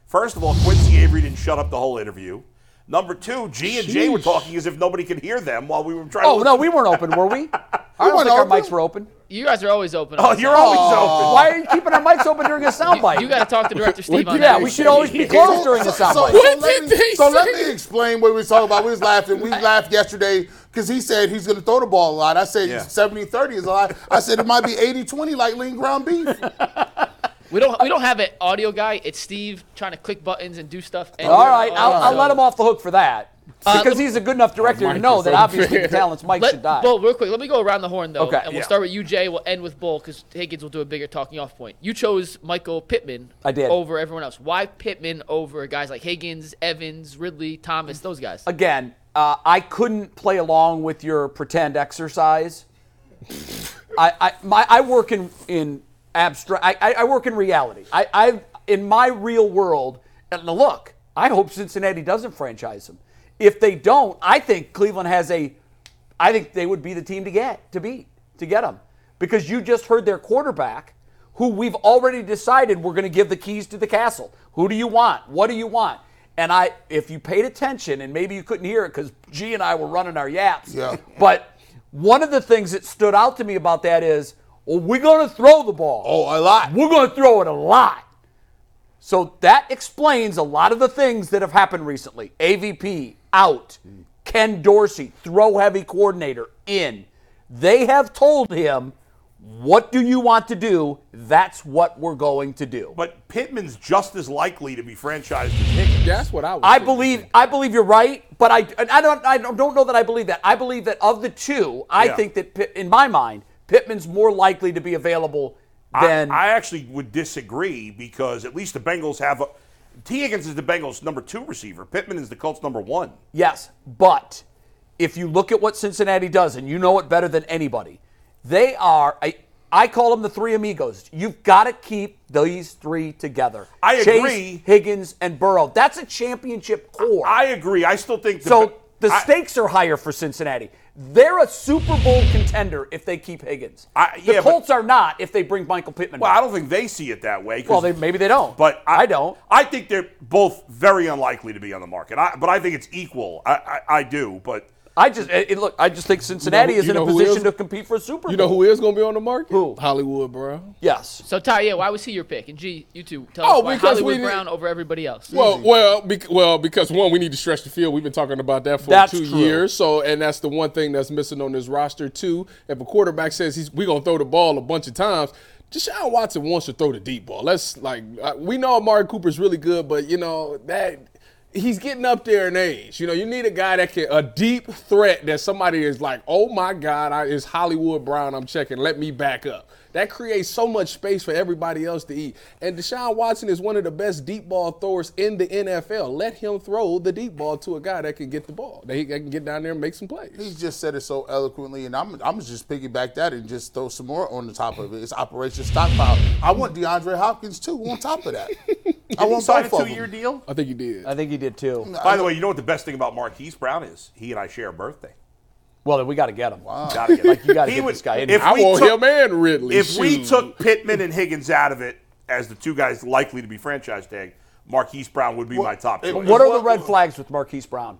Speaker 2: First of all, Quincy Avery didn't shut up the whole interview. Number two, G and J were talking as if nobody could hear them while we were trying.
Speaker 3: Oh
Speaker 2: to
Speaker 3: no, we weren't open, were we? I don't
Speaker 6: weren't
Speaker 3: think our
Speaker 6: open?
Speaker 3: mics were open.
Speaker 5: You guys are always open.
Speaker 2: Oh,
Speaker 5: on
Speaker 2: you're
Speaker 5: that.
Speaker 2: always open.
Speaker 3: Why are you keeping our mics open during a soundbite?
Speaker 5: You got to talk to director Steve on
Speaker 3: yeah,
Speaker 5: that.
Speaker 3: we should always be closed during the
Speaker 6: so,
Speaker 3: soundbite.
Speaker 6: so, let
Speaker 4: did
Speaker 6: me,
Speaker 4: they
Speaker 6: so let
Speaker 4: say?
Speaker 6: me explain what we was talking about. We was laughing. We laughed yesterday because he said he's going to throw the ball a lot. I said
Speaker 2: Yeah.
Speaker 6: 70-30 is a lot. I said it might be 80-20 like lean ground beef.
Speaker 5: We don't. We don't have an audio guy. It's Steve trying to click buttons and do stuff. And
Speaker 3: All right, I'll,
Speaker 5: Uh,
Speaker 3: I'll let him off the hook for that because he's a good enough director to
Speaker 4: Mike
Speaker 3: know
Speaker 4: is
Speaker 3: that
Speaker 4: unfair.
Speaker 3: obviously the talents Mike
Speaker 5: Let,
Speaker 3: should die.
Speaker 5: Bull, real quick. Let me go around the horn though,
Speaker 3: Okay.
Speaker 5: and we'll
Speaker 2: Yeah.
Speaker 5: start with you, Jay. We'll end with Bull because Higgins will do a bigger talking off point. You chose Michael Pittman.
Speaker 3: I did.
Speaker 5: over everyone else. Why Pittman over guys like Higgins, Evans, Ridley, Thomas, those guys?
Speaker 3: Again, uh, I couldn't play along with your pretend exercise. I, I, my, I work in, in abstract. I, I, I work in reality. I, I, in my real world. And now look, I hope Cincinnati doesn't franchise him. If they don't, I think Cleveland has a. I think they would be the team to get to beat to get him because you just heard their quarterback, who we've already decided we're going to give the keys to the castle. Who do you want? What do you want? And I, if you paid attention, and maybe you couldn't hear it because G and I were running our yaps.
Speaker 6: Yeah.
Speaker 3: But one of the things that stood out to me about that is, well, we're going to throw the ball.
Speaker 6: Oh, a lot.
Speaker 3: We're going to throw it a lot. So that explains a lot of the things that have happened recently. AVP out, Ken Dorsey, throw heavy coordinator in. They have told him, what do you want to do? That's what we're going to do.
Speaker 2: But Pittman's just as likely to be franchised as Higgins.
Speaker 4: That's what I was.
Speaker 3: I
Speaker 4: thinking.
Speaker 3: believe I believe you're right, but I and I don't I don't don't know that I believe that. I believe that of the two, I
Speaker 2: Yeah.
Speaker 3: think that Pitt, in my mind, Pittman's more likely to be available than
Speaker 2: I, I actually would disagree because at least the Bengals have a. T. Higgins is the Bengals' number two receiver. Pittman is the Colts' number one.
Speaker 3: Yes, but if you look at what Cincinnati does, and you know it better than anybody, they are. I, I call them the three amigos. You've got to keep these three together.
Speaker 2: I
Speaker 3: Chase,
Speaker 2: agree.
Speaker 3: Higgins and Burrow. That's a championship core.
Speaker 2: I agree. I still think the
Speaker 3: so the
Speaker 2: I-
Speaker 3: stakes are higher for Cincinnati. They're a Super Bowl contender if they keep Higgins.
Speaker 2: I-
Speaker 3: the
Speaker 2: yeah, but-
Speaker 3: Colts are not if they bring Michael Pittman.
Speaker 2: Well,
Speaker 3: back.
Speaker 2: I don't think they see it that way. 'cause-
Speaker 3: Well, they, maybe they don't.
Speaker 2: But
Speaker 3: I don't.
Speaker 2: I think they're both very unlikely to be on the market. I, but I think it's equal. I, I, I do. But
Speaker 3: I just it, look. I just think Cincinnati
Speaker 4: You know-
Speaker 3: is
Speaker 4: you
Speaker 3: in a
Speaker 4: know who
Speaker 3: position
Speaker 4: is-
Speaker 3: to compete for a Super
Speaker 4: You know
Speaker 3: Bowl.
Speaker 4: who is going to be on the market?
Speaker 3: Who?
Speaker 4: Hollywood, bro.
Speaker 3: Yes.
Speaker 5: So Ty, yeah, why was he your pick? And G, you two, tell
Speaker 4: Oh,
Speaker 5: us why
Speaker 4: because we
Speaker 5: Hollywood
Speaker 4: did-
Speaker 5: Brown over everybody else.
Speaker 4: Well, well, bec- well, because one, we need to stretch the field. We've been talking about that for
Speaker 3: That's
Speaker 4: two
Speaker 3: true.
Speaker 4: years. So, and that's the one thing that's missing on this roster. Two, if a quarterback says he's we gonna throw the ball a bunch of times, Deshaun uh, Watson wants to throw the deep ball. Let's like I- we know Amari Cooper's really good, but you know that he's getting up there in age. You know, you need a guy that can a deep threat that somebody is like, oh my God, I, it's Hollywood Brown. I'm checking. Let me back up. That creates so much space for everybody else to eat. And Deshaun Watson is one of the best deep ball throwers in the NFL. Let him throw the deep ball to a guy that can get the ball. That, he, that can get down there and make some plays.
Speaker 6: He just said it so eloquently, and I'm I'm just piggyback that and just throw some more on the top of it. It's Operation Stockpile. I want DeAndre Hopkins too on top of that. I
Speaker 2: He
Speaker 6: want
Speaker 2: signed a
Speaker 6: both of
Speaker 2: two-year
Speaker 6: them.
Speaker 2: deal.
Speaker 4: I think he did.
Speaker 3: I think he did too.
Speaker 2: By the way, you know what the best thing about Marquise Brown is? He and I share a birthday.
Speaker 3: Well, then we got to get him.
Speaker 2: Gotta get
Speaker 3: Like, you gotta
Speaker 2: He
Speaker 3: get
Speaker 2: would-
Speaker 3: this guy in
Speaker 2: If
Speaker 3: here.
Speaker 4: I
Speaker 2: we
Speaker 4: want
Speaker 2: took,
Speaker 4: him and Ridley.
Speaker 2: if we
Speaker 4: Shoot.
Speaker 2: took Pittman and Higgins out of it as the two guys likely to be franchise tag, Marquise Brown would be my top
Speaker 6: it-
Speaker 2: choice.
Speaker 3: What are
Speaker 6: Well,
Speaker 3: the red flags with Marquise Brown?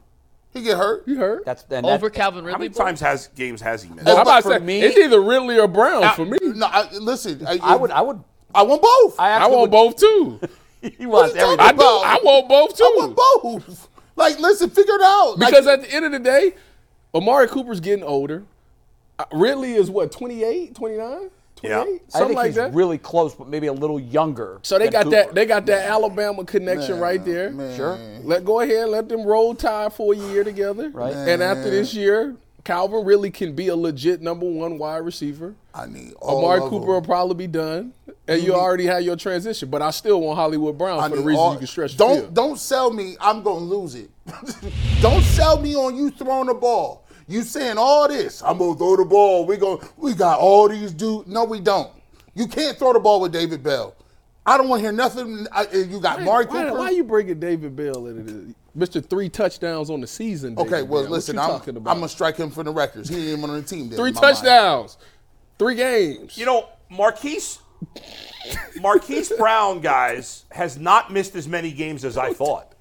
Speaker 6: He get hurt.
Speaker 4: you heard.
Speaker 3: That's and that-
Speaker 5: Over Calvin Ridley.
Speaker 2: How many
Speaker 5: bro?
Speaker 2: times has games has he missed?
Speaker 4: I'm about
Speaker 3: for
Speaker 4: to say,
Speaker 3: me-
Speaker 4: it's either Ridley or Brown for me.
Speaker 6: No, I, listen. I,
Speaker 3: I would. I would.
Speaker 6: I want both.
Speaker 3: I,
Speaker 6: I,
Speaker 4: I
Speaker 3: actually
Speaker 4: want
Speaker 3: would,
Speaker 4: both too.
Speaker 3: He wants
Speaker 6: What are you
Speaker 3: everything.
Speaker 6: talking
Speaker 4: I do.
Speaker 6: Well,
Speaker 4: I want both too.
Speaker 6: want both. Like, listen, figure it out. Like,
Speaker 4: Because at the end of the day, Amari Cooper's getting older. Uh, Ridley is what, 28, 29? 28?
Speaker 2: Yeah.
Speaker 4: Something
Speaker 3: I think
Speaker 4: like
Speaker 3: he's
Speaker 4: that.
Speaker 3: really close, but maybe a little younger.
Speaker 4: so they
Speaker 3: than
Speaker 4: got
Speaker 3: Cooper.
Speaker 4: that they got that Alabama connection right there.
Speaker 6: Sure.
Speaker 4: Let go ahead, let them roll tide for a year together.
Speaker 3: Right.
Speaker 4: And after this year, Calvin really can be a legit number one wide receiver.
Speaker 6: I need all
Speaker 4: Amari
Speaker 6: of
Speaker 4: Cooper
Speaker 6: them.
Speaker 4: will probably be done. And you already had your transition, but I still want Hollywood Brown
Speaker 6: I
Speaker 4: for the
Speaker 6: need
Speaker 4: reason
Speaker 6: all-
Speaker 4: you can stretch the
Speaker 6: Don't
Speaker 4: field.
Speaker 6: don't sell me. I'm gonna lose it. don't sell me on you throwing the ball. You saying all this. I'm gonna throw the ball. We going we got all these dudes. No, we don't. You can't throw the ball with David Bell. I don't want to hear nothing. I, uh, you got Amari
Speaker 4: why,
Speaker 6: Cooper.
Speaker 4: Why you bringing David Bell into this? Mr. Three touchdowns on the season. David
Speaker 6: okay, well
Speaker 4: Bell. What
Speaker 6: listen.
Speaker 4: you
Speaker 6: I'm,
Speaker 4: talking
Speaker 6: I'm
Speaker 4: about?
Speaker 6: gonna strike him from the records. He ain't even on the team. Then,
Speaker 4: three
Speaker 6: in my mind.
Speaker 4: touchdowns, three games.
Speaker 2: You know, Marquise Marquise Brown, guys, has not missed as many games as I thought.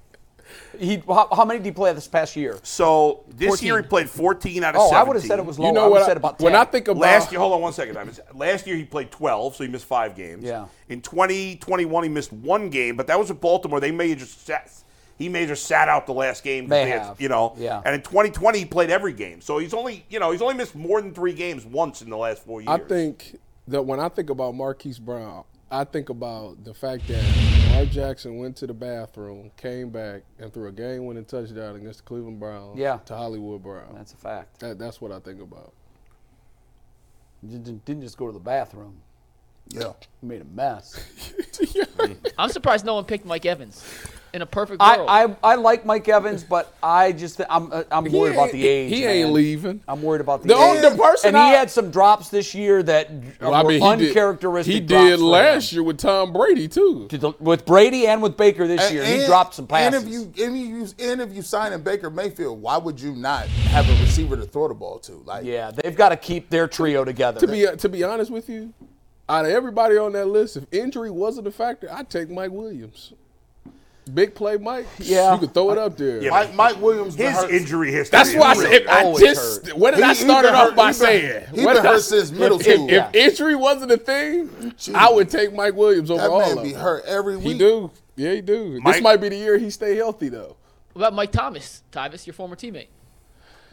Speaker 3: He, how, how many did he play this past year?
Speaker 2: So this
Speaker 5: 14.
Speaker 2: year he played 14 out of
Speaker 3: Oh,
Speaker 2: 17.
Speaker 3: I would have said it was
Speaker 4: You
Speaker 3: low. I would
Speaker 4: I-
Speaker 3: have said about 10.
Speaker 4: when I think about
Speaker 2: Last year, hold on one second. Diamond. Last year he played 12, so he missed five games.
Speaker 3: Yeah.
Speaker 2: In 2021, he missed one game, but that was with Baltimore. They may have just sat. He may have just sat out the last game. 'cause
Speaker 3: May
Speaker 2: they had-
Speaker 3: have.
Speaker 2: you know.
Speaker 3: Yeah.
Speaker 2: And in 2020, he played every game. So he's only, you know, he's only missed more than three games once in the last four years.
Speaker 4: I think that when I think about Marquise Brown, I think about the fact that Mark Jackson went to the bathroom, came back, and threw a game-winning touchdown against the Cleveland Browns.
Speaker 3: Yeah.
Speaker 4: to Hollywood Brown.
Speaker 3: That's a fact.
Speaker 4: that, that's what I think about.
Speaker 3: You didn't didn't just go to the bathroom.
Speaker 6: Yeah.
Speaker 3: You made a mess.
Speaker 5: I'm surprised no one picked Mike Evans. In a perfect
Speaker 4: Oh.
Speaker 5: world,
Speaker 3: I, I, I like Mike Evans, but I just I'm uh, I'm worried about the
Speaker 4: He
Speaker 3: age.
Speaker 4: ain't- He ain't
Speaker 3: man.
Speaker 4: leaving.
Speaker 3: I'm worried about the
Speaker 4: The
Speaker 3: age.
Speaker 4: only- the person
Speaker 3: and he
Speaker 4: I-
Speaker 3: had some drops this year that
Speaker 4: Well,
Speaker 3: were
Speaker 4: did-
Speaker 3: uncharacteristic.
Speaker 4: He
Speaker 3: drops
Speaker 4: did
Speaker 3: for
Speaker 4: last
Speaker 3: him.
Speaker 4: year with Tom Brady too.
Speaker 3: To the- with Brady and with Baker this year, he dropped some passes.
Speaker 6: And if you and if you and if you sign in Baker Mayfield, why would you not have a receiver to throw the ball to? Like,
Speaker 3: yeah, they've got to keep their trio together.
Speaker 4: To be to be honest with you, out of everybody on that list, if injury wasn't a factor, I'd take Mike Williams. Big play, Mike.
Speaker 3: Yeah.
Speaker 4: you could throw it up there.
Speaker 2: Yeah,
Speaker 6: Mike, Mike Williams. been
Speaker 2: his
Speaker 6: hurt-
Speaker 2: injury history.
Speaker 4: That's
Speaker 2: is
Speaker 4: why I
Speaker 2: real.
Speaker 4: said I
Speaker 3: always
Speaker 4: just
Speaker 3: hurt.
Speaker 4: what did I
Speaker 6: He- he been
Speaker 4: start it off
Speaker 6: hurt-
Speaker 4: by
Speaker 6: he been-
Speaker 4: saying?
Speaker 6: he
Speaker 4: What
Speaker 6: been
Speaker 4: did I-
Speaker 6: hurt since middle
Speaker 4: if,
Speaker 6: school.
Speaker 4: If, if injury wasn't a thing, I would take Mike Williams over
Speaker 6: That
Speaker 4: all
Speaker 6: man
Speaker 4: of
Speaker 6: be
Speaker 4: them.
Speaker 6: hurt every week.
Speaker 4: He do. Yeah, he do.
Speaker 2: Mike-
Speaker 4: this might be the year he stay healthy though.
Speaker 6: Mm.
Speaker 5: what about Mike Thomas? Thomas, your former teammate.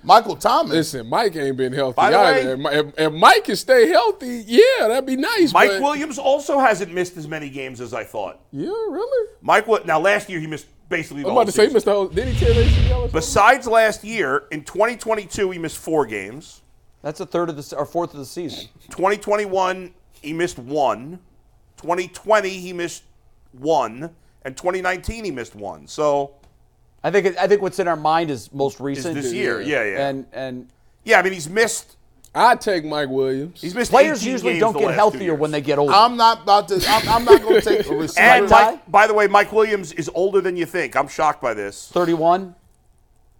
Speaker 6: Michael Thomas.
Speaker 4: Listen, Mike ain't been healthy
Speaker 2: By the
Speaker 4: either.
Speaker 2: way-
Speaker 4: And Mi- if, if Mike can stay healthy, yeah, that'd be nice.
Speaker 2: Mike
Speaker 4: but-
Speaker 2: Williams also hasn't missed as many games as I thought.
Speaker 4: Yeah, really.
Speaker 2: Mike, Wi- now last year he missed basically the
Speaker 4: I'm
Speaker 2: whole
Speaker 4: about to say,
Speaker 2: season.
Speaker 4: Mr. Ho- Did he tear the ACL? or something?
Speaker 2: Besides last year, in 2022 he missed four games.
Speaker 3: That's a third of the se- or fourth of the season.
Speaker 2: 2021 he missed one. 2020 he missed one, and 2019 he missed one. So
Speaker 3: I think it, I think what's in our mind is most
Speaker 2: is
Speaker 3: recent.
Speaker 2: this year? Yeah, yeah,
Speaker 3: And and
Speaker 2: yeah. I mean he's missed.
Speaker 4: I'd take Mike Williams.
Speaker 2: He's missed.
Speaker 3: players
Speaker 2: 18
Speaker 3: usually
Speaker 2: games
Speaker 3: don't
Speaker 2: the
Speaker 3: get
Speaker 2: last two
Speaker 3: healthier
Speaker 2: years.
Speaker 3: when they get older.
Speaker 6: I'm not about to. I'm, I'm not going to take a receiver.
Speaker 3: Like
Speaker 2: And
Speaker 3: Ty?
Speaker 2: Mike, by the way, Mike Williams is older than you think. I'm shocked by this.
Speaker 3: 31.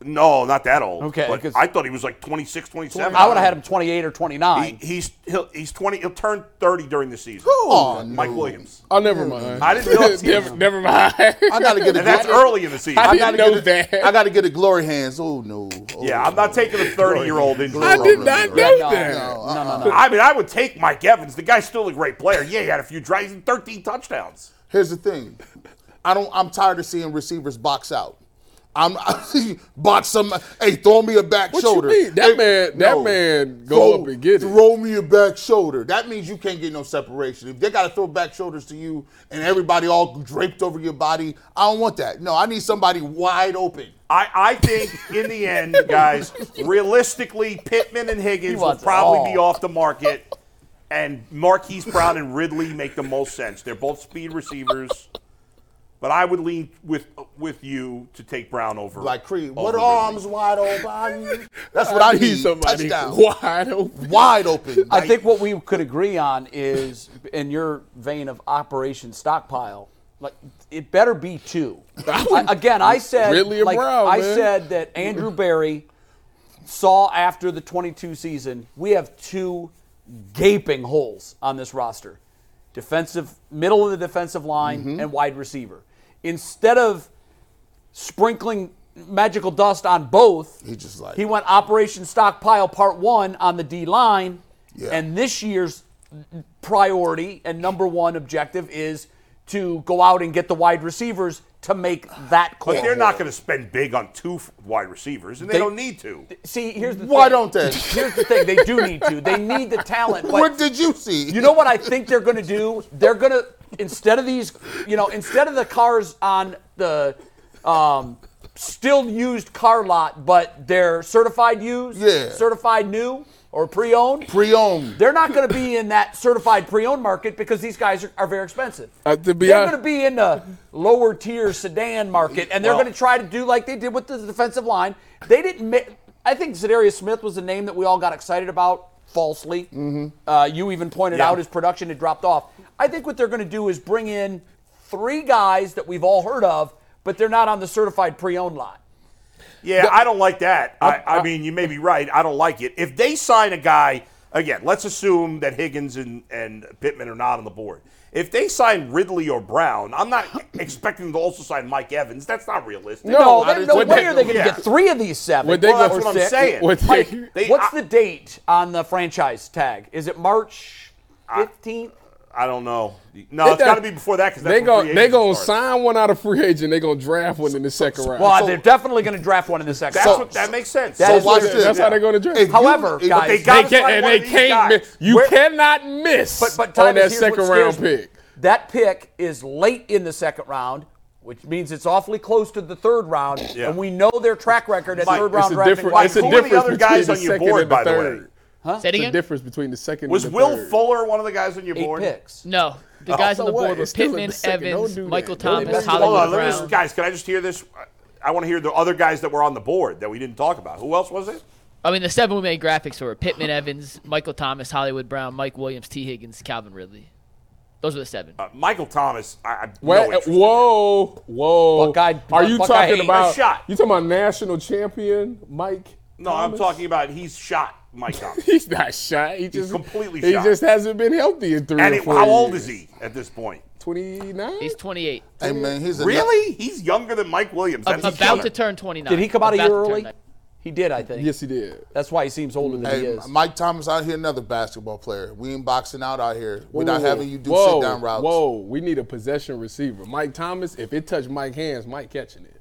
Speaker 2: No, not that old.
Speaker 3: Okay,
Speaker 2: but
Speaker 3: 'cause-
Speaker 2: I thought he was like 26, 27.
Speaker 3: I would have had him 28 or 29.
Speaker 2: He, he's he'll, he's 20. He'll turn 30 during the season.
Speaker 6: Oh,
Speaker 2: Mike
Speaker 6: no.
Speaker 2: Williams.
Speaker 4: oh, never mind.
Speaker 2: I didn't know-
Speaker 4: never, never mind.
Speaker 6: Mm. I got to get a.
Speaker 2: And that's
Speaker 6: glory-
Speaker 2: early in the season.
Speaker 4: I
Speaker 6: I
Speaker 4: didn't
Speaker 6: gotta
Speaker 4: know
Speaker 6: get a-
Speaker 4: that.
Speaker 6: I got to get a glory hands. Oh no. Oh,
Speaker 2: Yeah, I'm not
Speaker 6: no.
Speaker 2: taking a 30 year old injury.
Speaker 4: I did
Speaker 6: no,
Speaker 4: not
Speaker 6: no,
Speaker 4: know
Speaker 3: no,
Speaker 4: that.
Speaker 3: no, no, no, no.
Speaker 2: I mean, I would take Mike Evans. The guy's still a great player. Yeah, he had a few drives and 13 touchdowns.
Speaker 6: Here's the thing. I don't. I'm tired of seeing receivers box out. I'm bought some. Hey, throw me a back
Speaker 4: What you
Speaker 6: shoulder.
Speaker 4: mean? That
Speaker 6: Hey,
Speaker 4: man- that man go
Speaker 6: Throw-
Speaker 4: up and get it.
Speaker 6: Throw me a back shoulder. That means you can't get no separation. If they got to throw back shoulders to you and everybody all draped over your body, I don't want that. No, I need somebody wide open.
Speaker 2: I, I think in the end, guys, realistically, Pittman and Higgins will
Speaker 3: wants it
Speaker 2: probably be
Speaker 3: all.
Speaker 2: off the market, and Marquise Brown and Ridley make the most sense. They're both speed receivers, but I would lean with with you to take Brown over.
Speaker 6: Like Creed,
Speaker 2: over
Speaker 6: what
Speaker 2: Ridley.
Speaker 6: arms wide open? That's what I, need.
Speaker 4: somebody
Speaker 6: Touchdown.
Speaker 4: wide open.
Speaker 6: wide open.
Speaker 3: I
Speaker 6: Like,
Speaker 3: think what we could agree on is, in your vein of Operation Stockpile, like it better be two. I- again, I said,
Speaker 4: Ridley and
Speaker 3: like,
Speaker 4: Brown,
Speaker 3: I
Speaker 4: man.
Speaker 3: said that Andrew Barry saw after the 22 season, we have two gaping holes on this roster: defensive, middle of the defensive line, and wide receiver. Instead of sprinkling magical dust on both,
Speaker 6: He just like-
Speaker 3: he went Operation Stockpile Part One on the D line,
Speaker 6: Yeah.
Speaker 3: and this year's priority and number one objective is to go out and get the wide receivers to make that call.
Speaker 2: but they're not going to spend big on two f- wide receivers, and they,
Speaker 3: They-
Speaker 2: don't need to.
Speaker 3: See, here's the
Speaker 6: Why
Speaker 3: thing.
Speaker 6: don't they?
Speaker 3: Here's the thing. They do need to. They need the talent. But
Speaker 6: what did you see?
Speaker 3: You know what I think they're going to do? They're going to instead of these, you know, instead of the cars on the um, still used car lot, but they're certified used,
Speaker 6: Yeah.
Speaker 3: certified new or pre-owned.
Speaker 6: pre-owned.
Speaker 3: they're not going to be in that certified pre-owned market because these guys are, are very expensive.
Speaker 4: Uh, to be
Speaker 3: they're
Speaker 4: hon-
Speaker 3: going to be in the lower tier sedan market, and they're going to try to do like they did with the defensive line. They didn't. Ma- I think Zadarius Smith was the name that we all got excited about falsely.
Speaker 4: Mm-hmm.
Speaker 3: Uh, you even pointed
Speaker 2: Yeah.
Speaker 3: out his production had dropped off. I think what they're going to do is bring in three guys that we've all heard of, but they're not on the certified pre-owned lot.
Speaker 2: Yeah, I don't like that. I, I mean, you may be right. I don't like it. If they sign a guy, again, let's assume that Higgins and, and Pittman are not on the board. If they sign Ridley or Brown, I'm not expecting them to also sign Mike Evans. That's not realistic.
Speaker 3: No,
Speaker 4: I
Speaker 3: there's
Speaker 4: just-
Speaker 3: no
Speaker 4: what
Speaker 3: way
Speaker 4: they-
Speaker 3: are they going to
Speaker 2: yeah.
Speaker 3: get three of these seven.
Speaker 4: What they
Speaker 2: Well,
Speaker 4: go
Speaker 2: that's
Speaker 4: for
Speaker 2: what I'm
Speaker 4: six-
Speaker 2: saying.
Speaker 4: what they-
Speaker 3: Mike,
Speaker 2: They-
Speaker 3: what's
Speaker 2: I-
Speaker 3: the date on the franchise tag? Is it March 15th?
Speaker 2: I don't know. No, it's got to be before that because
Speaker 4: they
Speaker 2: that's
Speaker 4: go.
Speaker 2: when free
Speaker 4: They gonna
Speaker 2: agency starts.
Speaker 4: sign one out of free agent. They gonna draft one in the second round.
Speaker 3: well, they're definitely going to draft one in the second.
Speaker 2: That's
Speaker 3: round.
Speaker 2: what, that makes sense.
Speaker 3: That
Speaker 6: So
Speaker 3: is
Speaker 6: watch
Speaker 3: what it
Speaker 6: this.
Speaker 3: is.
Speaker 4: That's how they're gonna draft.
Speaker 6: If you-
Speaker 3: However,
Speaker 6: if-
Speaker 3: guys,
Speaker 2: they
Speaker 4: they
Speaker 2: gotta
Speaker 4: can't,
Speaker 2: sign
Speaker 4: and
Speaker 2: one
Speaker 4: they
Speaker 2: of these
Speaker 4: can't.
Speaker 2: guys.
Speaker 4: miss- you
Speaker 2: Where-
Speaker 4: cannot miss
Speaker 3: but but
Speaker 4: on
Speaker 3: Thomas,
Speaker 4: that
Speaker 3: here's what
Speaker 4: second round
Speaker 3: scares me.
Speaker 4: pick.
Speaker 3: That pick is late in the second round, which means it's awfully close to the third round,
Speaker 2: Yeah.
Speaker 3: and we know their track record at
Speaker 2: Mike,
Speaker 3: third
Speaker 4: It's
Speaker 3: round
Speaker 4: a
Speaker 3: drafting.
Speaker 4: different.
Speaker 3: wide
Speaker 4: It's a
Speaker 2: who are
Speaker 3: receivers.
Speaker 2: the
Speaker 4: difference
Speaker 2: other guys
Speaker 4: between
Speaker 2: on your
Speaker 4: second
Speaker 2: board,
Speaker 4: and the
Speaker 2: by the way?
Speaker 4: third.
Speaker 5: Say it
Speaker 4: The
Speaker 5: again?
Speaker 4: difference between the second.
Speaker 2: Was
Speaker 4: and the
Speaker 2: Will
Speaker 4: third.
Speaker 2: Fuller one of the guys on your
Speaker 3: Eight
Speaker 2: board?
Speaker 3: picks.
Speaker 5: No,
Speaker 2: Oh.
Speaker 5: the guys
Speaker 4: so
Speaker 5: on the
Speaker 4: what?
Speaker 5: board were
Speaker 4: It's still in
Speaker 5: Pittman,
Speaker 4: the second. Don't
Speaker 5: Evans,
Speaker 4: do that.
Speaker 5: Michael
Speaker 4: Don't do
Speaker 5: Thomas,
Speaker 4: that.
Speaker 2: Hold on,
Speaker 5: Hollywood
Speaker 2: let me just,
Speaker 5: Brown.
Speaker 2: guys. Can I just hear this? I want to hear the other guys that were on the board that we didn't talk about. Who else was it?
Speaker 5: I mean, the seven we made graphics were Pittman, Evans, Michael Thomas, Hollywood Brown, Mike Williams, T. Higgins, Calvin Ridley. Those were the seven.
Speaker 2: Uh, Michael Thomas. I, I
Speaker 4: Well, uh,
Speaker 2: no interest.
Speaker 4: whoa, whoa!
Speaker 3: Buckeye-
Speaker 4: Are you
Speaker 3: Buckeye
Speaker 4: talking
Speaker 3: ain't
Speaker 4: about?
Speaker 2: a shot.
Speaker 4: You talking about national champion Mike?
Speaker 2: No, I'm
Speaker 4: Thomas?
Speaker 2: talking about he's shot, Mike Thomas.
Speaker 4: He's not shy. He just
Speaker 2: completely
Speaker 4: He
Speaker 2: shot.
Speaker 4: just hasn't been healthy in three.
Speaker 2: and
Speaker 4: or
Speaker 2: it-
Speaker 4: four
Speaker 2: how old
Speaker 4: years.
Speaker 2: is he at this point?
Speaker 4: Twenty nine.
Speaker 5: He's 28.
Speaker 6: hey man, he's a-
Speaker 2: Really? He's younger than Mike Williams. That's a
Speaker 5: about
Speaker 2: killer.
Speaker 5: to turn 29.
Speaker 3: Did he come out a
Speaker 5: About
Speaker 3: year
Speaker 5: to turn
Speaker 3: early?
Speaker 5: 29.
Speaker 3: He did, I think.
Speaker 4: Yes, he did.
Speaker 3: That's why he seems older than he
Speaker 6: Hey,
Speaker 3: is.
Speaker 6: Mike Thomas out here, another basketball player. We ain't boxing out out here. We're
Speaker 4: Whoa,
Speaker 6: not having you do
Speaker 4: whoa,
Speaker 6: sit down routes.
Speaker 4: Whoa, we need a possession receiver. Mike Thomas. If it touched Mike hands, Mike catching it.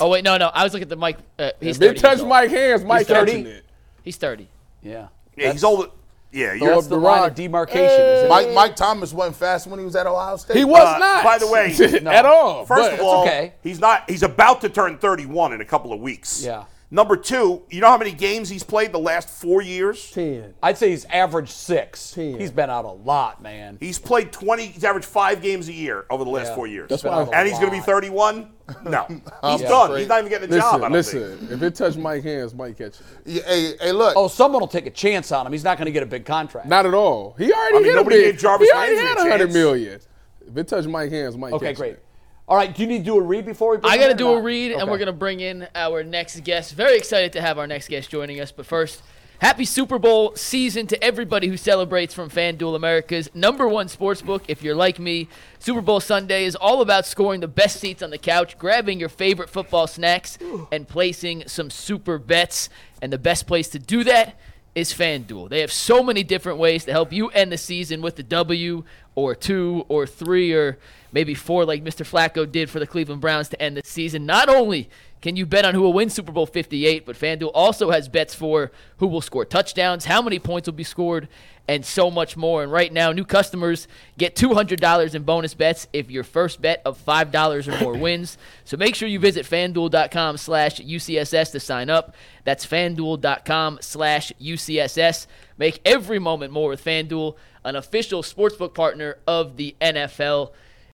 Speaker 5: Oh, wait, no, no. I was looking at the Mike. Uh, he's
Speaker 4: If it
Speaker 5: 30.
Speaker 4: touched Mike hands, Mike
Speaker 3: 30.
Speaker 4: catching it.
Speaker 5: He's 30.
Speaker 3: yeah.
Speaker 2: Yeah, he's older. Yeah, you're
Speaker 4: Throw
Speaker 3: That's
Speaker 4: up
Speaker 3: the
Speaker 4: the
Speaker 3: line
Speaker 4: rock.
Speaker 3: of demarcation. is it?
Speaker 6: Mike Mike Thomas wasn't fast when he was at Ohio State.
Speaker 4: He was
Speaker 2: Uh,
Speaker 4: not.
Speaker 2: by the way,
Speaker 4: at all.
Speaker 2: First
Speaker 4: but-
Speaker 2: of all,
Speaker 3: okay.
Speaker 2: he's not. He's about to turn 31 in a couple of weeks.
Speaker 3: Yeah.
Speaker 2: Number two, you know how many games he's played the last four years?
Speaker 4: ten.
Speaker 3: I'd say he's average six. He's been out a lot, man.
Speaker 2: He's played 20. He's averaged five games a year over the last
Speaker 3: Yeah.
Speaker 2: four years.
Speaker 4: That's
Speaker 3: been
Speaker 4: why-
Speaker 3: out a
Speaker 2: and he's going to be
Speaker 3: lot.
Speaker 2: 31. No, he's done. He's not even getting a job. I
Speaker 4: Listen,
Speaker 2: don't
Speaker 4: listen.
Speaker 2: Think.
Speaker 4: If it touched Mike hands, Mike catching it.
Speaker 6: Yeah, hey, hey, look.
Speaker 3: Oh, someone will take a chance on him. He's not going to get a big contract.
Speaker 4: Not at all. He already
Speaker 2: I mean,
Speaker 4: hit a
Speaker 2: nobody
Speaker 4: big.
Speaker 2: gave Jarvis
Speaker 4: he already
Speaker 2: Landry
Speaker 4: had
Speaker 2: a
Speaker 4: a hundred
Speaker 2: chance.
Speaker 4: million. If it touched Mike hands, Mike
Speaker 3: okay,
Speaker 4: catching
Speaker 3: great.
Speaker 4: it.
Speaker 3: All right, do you need to do a read before we bring
Speaker 5: I
Speaker 3: him
Speaker 5: got to
Speaker 3: in or
Speaker 5: do a
Speaker 3: not?
Speaker 5: read,
Speaker 3: Okay.
Speaker 5: and we're going to bring in our next guest. Very excited to have our next guest joining us. But first, happy Super Bowl season to everybody who celebrates from FanDuel America's number one sports book. If you're like me, Super Bowl Sunday is all about scoring the best seats on the couch, grabbing your favorite football snacks, and placing some super bets. And the best place to do that is FanDuel. They have so many different ways to help you end the season with the W. or two or three or maybe four like Mr. Flacco did for the Cleveland Browns to end the season. Not only can you bet on who will win Super Bowl 58, but FanDuel also has bets for who will score touchdowns, how many points will be scored, and so much more. And right now, new customers get $200 in bonus bets if your first bet of $5 or more wins. So make sure you visit fanduel.com slash UCSS to sign up. That's fanduel.com slash UCSS. Make every moment more with FanDuel, an official sportsbook partner of the NFL.